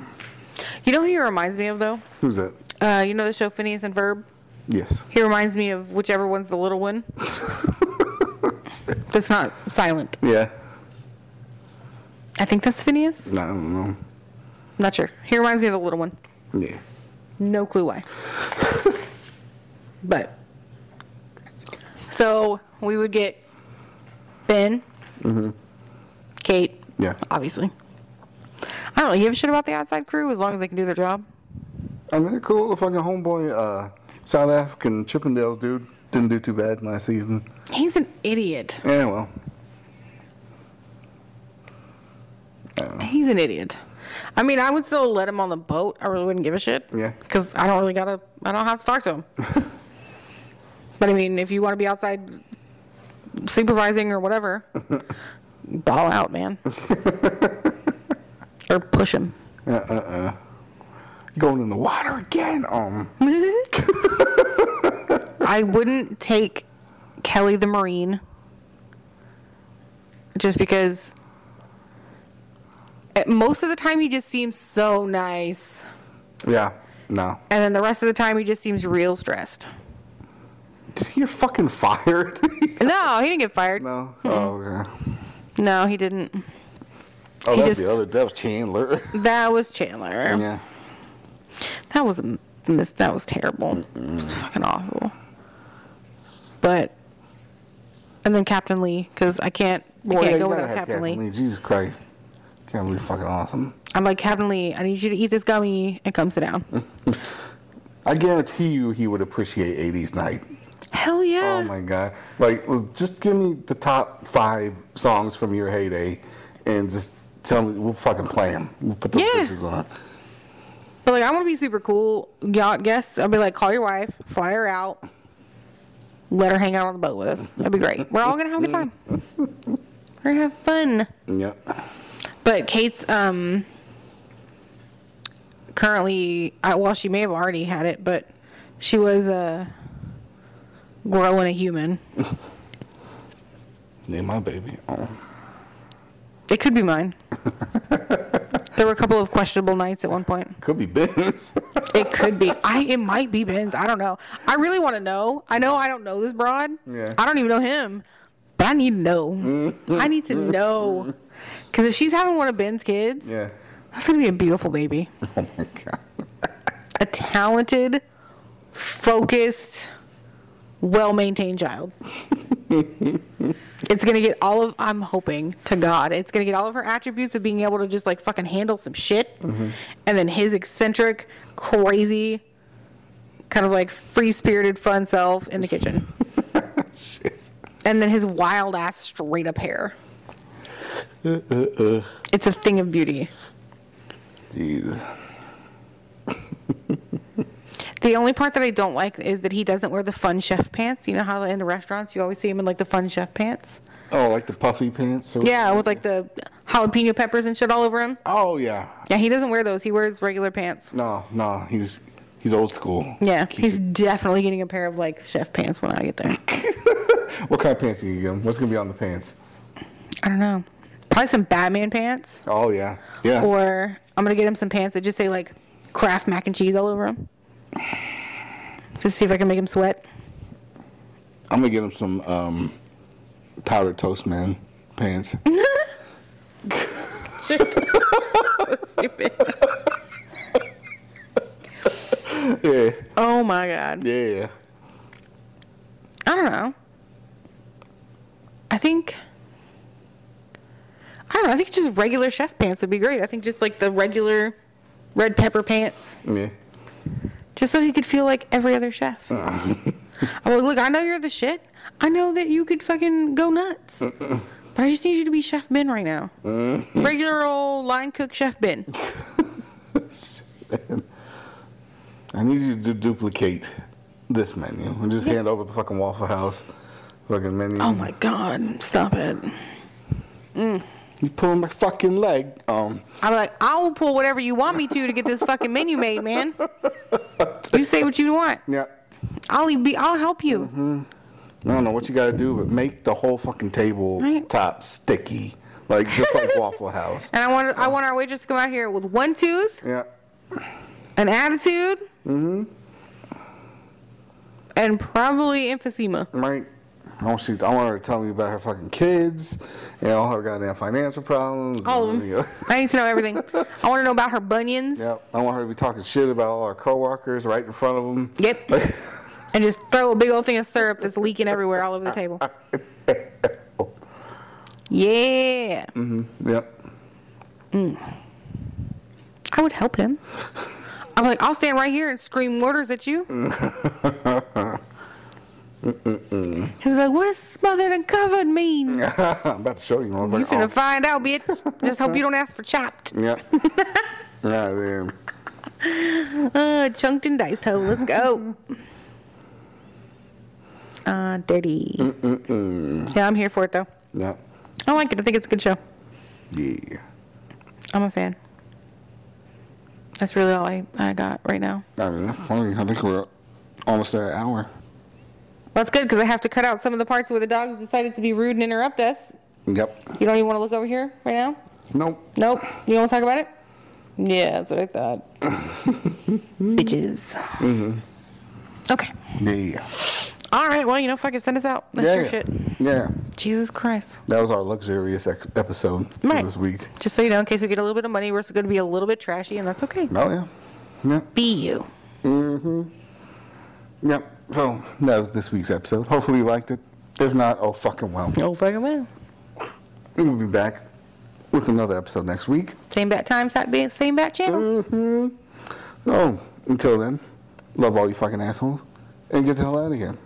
Speaker 2: You know who he reminds me of though?
Speaker 1: Who's that?
Speaker 2: Uh, you know the show Phineas and Verb.
Speaker 1: Yes.
Speaker 2: He reminds me of whichever one's the little one. that's not silent.
Speaker 1: Yeah.
Speaker 2: I think that's Phineas.
Speaker 1: No, I don't know.
Speaker 2: not sure. He reminds me of the little one.
Speaker 1: Yeah.
Speaker 2: No clue why. but so we would get Ben, Kate,
Speaker 1: Yeah.
Speaker 2: obviously. I don't give a shit about the outside crew as long as they can do their job.
Speaker 1: I mean, they're cool. The fucking homeboy, uh, South African Chippendales dude, didn't do too bad last season.
Speaker 2: He's an idiot.
Speaker 1: Yeah, well.
Speaker 2: He's an idiot. I mean, I would still let him on the boat. I really wouldn't give a shit.
Speaker 1: Yeah.
Speaker 2: Because I don't really gotta. I don't have to talk to him. but I mean, if you want to be outside supervising or whatever, ball out, man. or push him.
Speaker 1: Uh uh uh. Going in the water again? Um.
Speaker 2: I wouldn't take Kelly the Marine just because eh, most of the time he just seems so nice.
Speaker 1: Yeah. No.
Speaker 2: And then the rest of the time, he just seems real stressed.
Speaker 1: Did he get fucking fired? <laughs>
Speaker 2: No, he didn't get fired. No,
Speaker 1: no. Oh, okay.
Speaker 2: he didn't.
Speaker 1: Oh,
Speaker 2: He
Speaker 1: that's
Speaker 2: just-
Speaker 1: the other. That was Chandler.
Speaker 2: That was Chandler.
Speaker 1: yeah.
Speaker 2: That was a mis- that was terrible. It was fucking awful. But and then Captain Lee, because I can't. I
Speaker 1: Well, yeah,
Speaker 2: can't
Speaker 1: you
Speaker 2: go
Speaker 1: gotta
Speaker 2: without
Speaker 1: have
Speaker 2: Captain, Lee.
Speaker 1: Jesus Christ. Captain Lee's fucking awesome.
Speaker 2: I'm like Captain Lee. I need you to eat this gummy and come sit down.
Speaker 1: Mm. I guarantee you he would appreciate 80s Night.
Speaker 2: Hell yeah.
Speaker 1: Oh my God. Like, well, just give me the top five songs from your heyday and just tell me, we'll fucking play them. We'll put those
Speaker 2: Yeah.
Speaker 1: bitches on.
Speaker 2: But like, I want to be super cool yacht guests. I'll be like, call your wife, fly her out, let her hang out on the boat with us. That'd be great. We're all gonna have a
Speaker 1: <laughs>
Speaker 2: good time. We're gonna have fun.
Speaker 1: Yep.
Speaker 2: But Kate's um currently, I, well, she may have already had it, but she was uh growing a human.
Speaker 1: Name my baby. Oh.
Speaker 2: It could be mine. there were a couple of questionable nights at one point.
Speaker 1: Could be <laughs> Ben's.
Speaker 2: It could be. I it might be Ben's. I don't know. I really want to know. I know I don't know this broad.
Speaker 1: Yeah.
Speaker 2: I don't even know him. But I need to know. I need to know. Cause if she's having one of Ben's kids,
Speaker 1: yeah.
Speaker 2: that's gonna be a beautiful baby.
Speaker 1: <laughs> Oh my God.
Speaker 2: A talented, focused, well
Speaker 1: <laughs>
Speaker 2: maintained child. it's gonna get all of I'm hoping to God, it's gonna get all of her attributes of being able to just like fucking handle some shit.
Speaker 1: Mm-hmm.
Speaker 2: And then his eccentric, crazy, kind of like free spirited fun self in
Speaker 1: <laughs>
Speaker 2: the kitchen.
Speaker 1: Shit.
Speaker 2: and then his wild ass straight up hair. It's a thing of beauty.
Speaker 1: Jesus.
Speaker 2: The only part that I don't like is that he doesn't wear the fun chef pants. You know how in the restaurants you always see him in like the fun chef pants?
Speaker 1: Oh, like the puffy pants? Or
Speaker 2: Yeah, with like the jalapeno peppers and shit all over him.
Speaker 1: Oh, yeah.
Speaker 2: Yeah, he doesn't wear those. He wears regular pants.
Speaker 1: No, no. He's he's old school.
Speaker 2: Yeah, he's definitely getting a pair of like chef pants when I get there.
Speaker 1: What kind of pants are you getting? What's going to be on the pants?
Speaker 2: I don't know. Probably some Batman pants.
Speaker 1: Oh, yeah. Yeah.
Speaker 2: Or I'm going to get him some pants that just say like Kraft mac and cheese all over them. Just see if I can make him sweat. <laughs>
Speaker 1: I'm gonna get him some um, powdered toast man pants. <laughs>
Speaker 2: Shit. <laughs> So stupid.
Speaker 1: yeah,
Speaker 2: Oh my god.
Speaker 1: yeah.
Speaker 2: I don't know. I think. I don't know. I think just regular chef pants would be great. I think just like the regular red pepper pants,
Speaker 1: Yeah.
Speaker 2: just so he could feel like every other chef. I'm like, look, I Oh, know you're the shit. I know that you could fucking go nuts. But I just need you to be Chef Ben right now. Regular old line cook Chef Ben.
Speaker 1: I need you to duplicate this menu and just hand over the fucking Waffle House fucking menu.
Speaker 2: Oh my god, stop it.
Speaker 1: You pulling my fucking leg. Um,
Speaker 2: I'm like, I will pull whatever you want me to to get this fucking menu made, man. You say what you want.
Speaker 1: yeah.
Speaker 2: I'll be, I'll help you.
Speaker 1: I don't know what you gotta do, but make the whole fucking table
Speaker 2: Right.
Speaker 1: top sticky, like just
Speaker 2: <laughs>
Speaker 1: like Waffle House.
Speaker 2: And I want, I want our waitress to come out here with one tooth,
Speaker 1: Yeah.
Speaker 2: an attitude, and probably emphysema.
Speaker 1: Right. I want she. I want her to tell me about her fucking kids and all her goddamn financial problems.
Speaker 2: All of
Speaker 1: and,
Speaker 2: them. <laughs> I need to know everything. I want to know about her bunions.
Speaker 1: Yeah, I want her to be talking shit about all our coworkers right in front of them.
Speaker 2: Yep. and just throw a big old thing of syrup that's leaking everywhere all over the table. Yeah.
Speaker 1: Yep. <laughs>
Speaker 2: I would help him. I'm like, I'll stand right here and scream orders at you. He's like, what does smothered and covered mean?
Speaker 1: I'm about to show you.
Speaker 2: You
Speaker 1: motherfucker.
Speaker 2: finna find out, bitch. Just hope you don't ask for chopped.
Speaker 1: Oh, Yep. <laughs> yeah, there.
Speaker 2: Uh, chunked and diced hoe. Let's go. Uh, dirty. Yeah, I'm here for it though.
Speaker 1: Yep.
Speaker 2: I like it. I think it's a good show.
Speaker 1: Yeah.
Speaker 2: I'm a fan. That's really all I, I got right now.
Speaker 1: I mean, that's funny. I think we're almost at an hour.
Speaker 2: Well, that's good because I have to cut out some of the parts where the dogs decided to be rude and interrupt us.
Speaker 1: Yep.
Speaker 2: You don't even want to look over here right now?
Speaker 1: Nope.
Speaker 2: Nope. You don't want to talk about it? Yeah, that's what I <laughs> thought. Bitches. Mm-hmm. Okay.
Speaker 1: Yeah.
Speaker 2: All right. Well, you know, fucking send us out. That's your shit.
Speaker 1: Yeah.
Speaker 2: Jesus Christ.
Speaker 1: That was our luxurious ec- episode for
Speaker 2: Right.
Speaker 1: this week.
Speaker 2: Just so you know, in case we get a little bit of money, we're going to be a little bit trashy, and that's okay.
Speaker 1: Oh, yeah. Yeah.
Speaker 2: Be you.
Speaker 1: Yep. So that was this week's episode. Hopefully you liked it. If not, oh fucking well.
Speaker 2: Oh, fucking well.
Speaker 1: We'll be back with another episode next week. Mm-hmm.
Speaker 2: Same bat time, sat- same bat channel.
Speaker 1: So until then, love all you fucking assholes and get the hell out of here.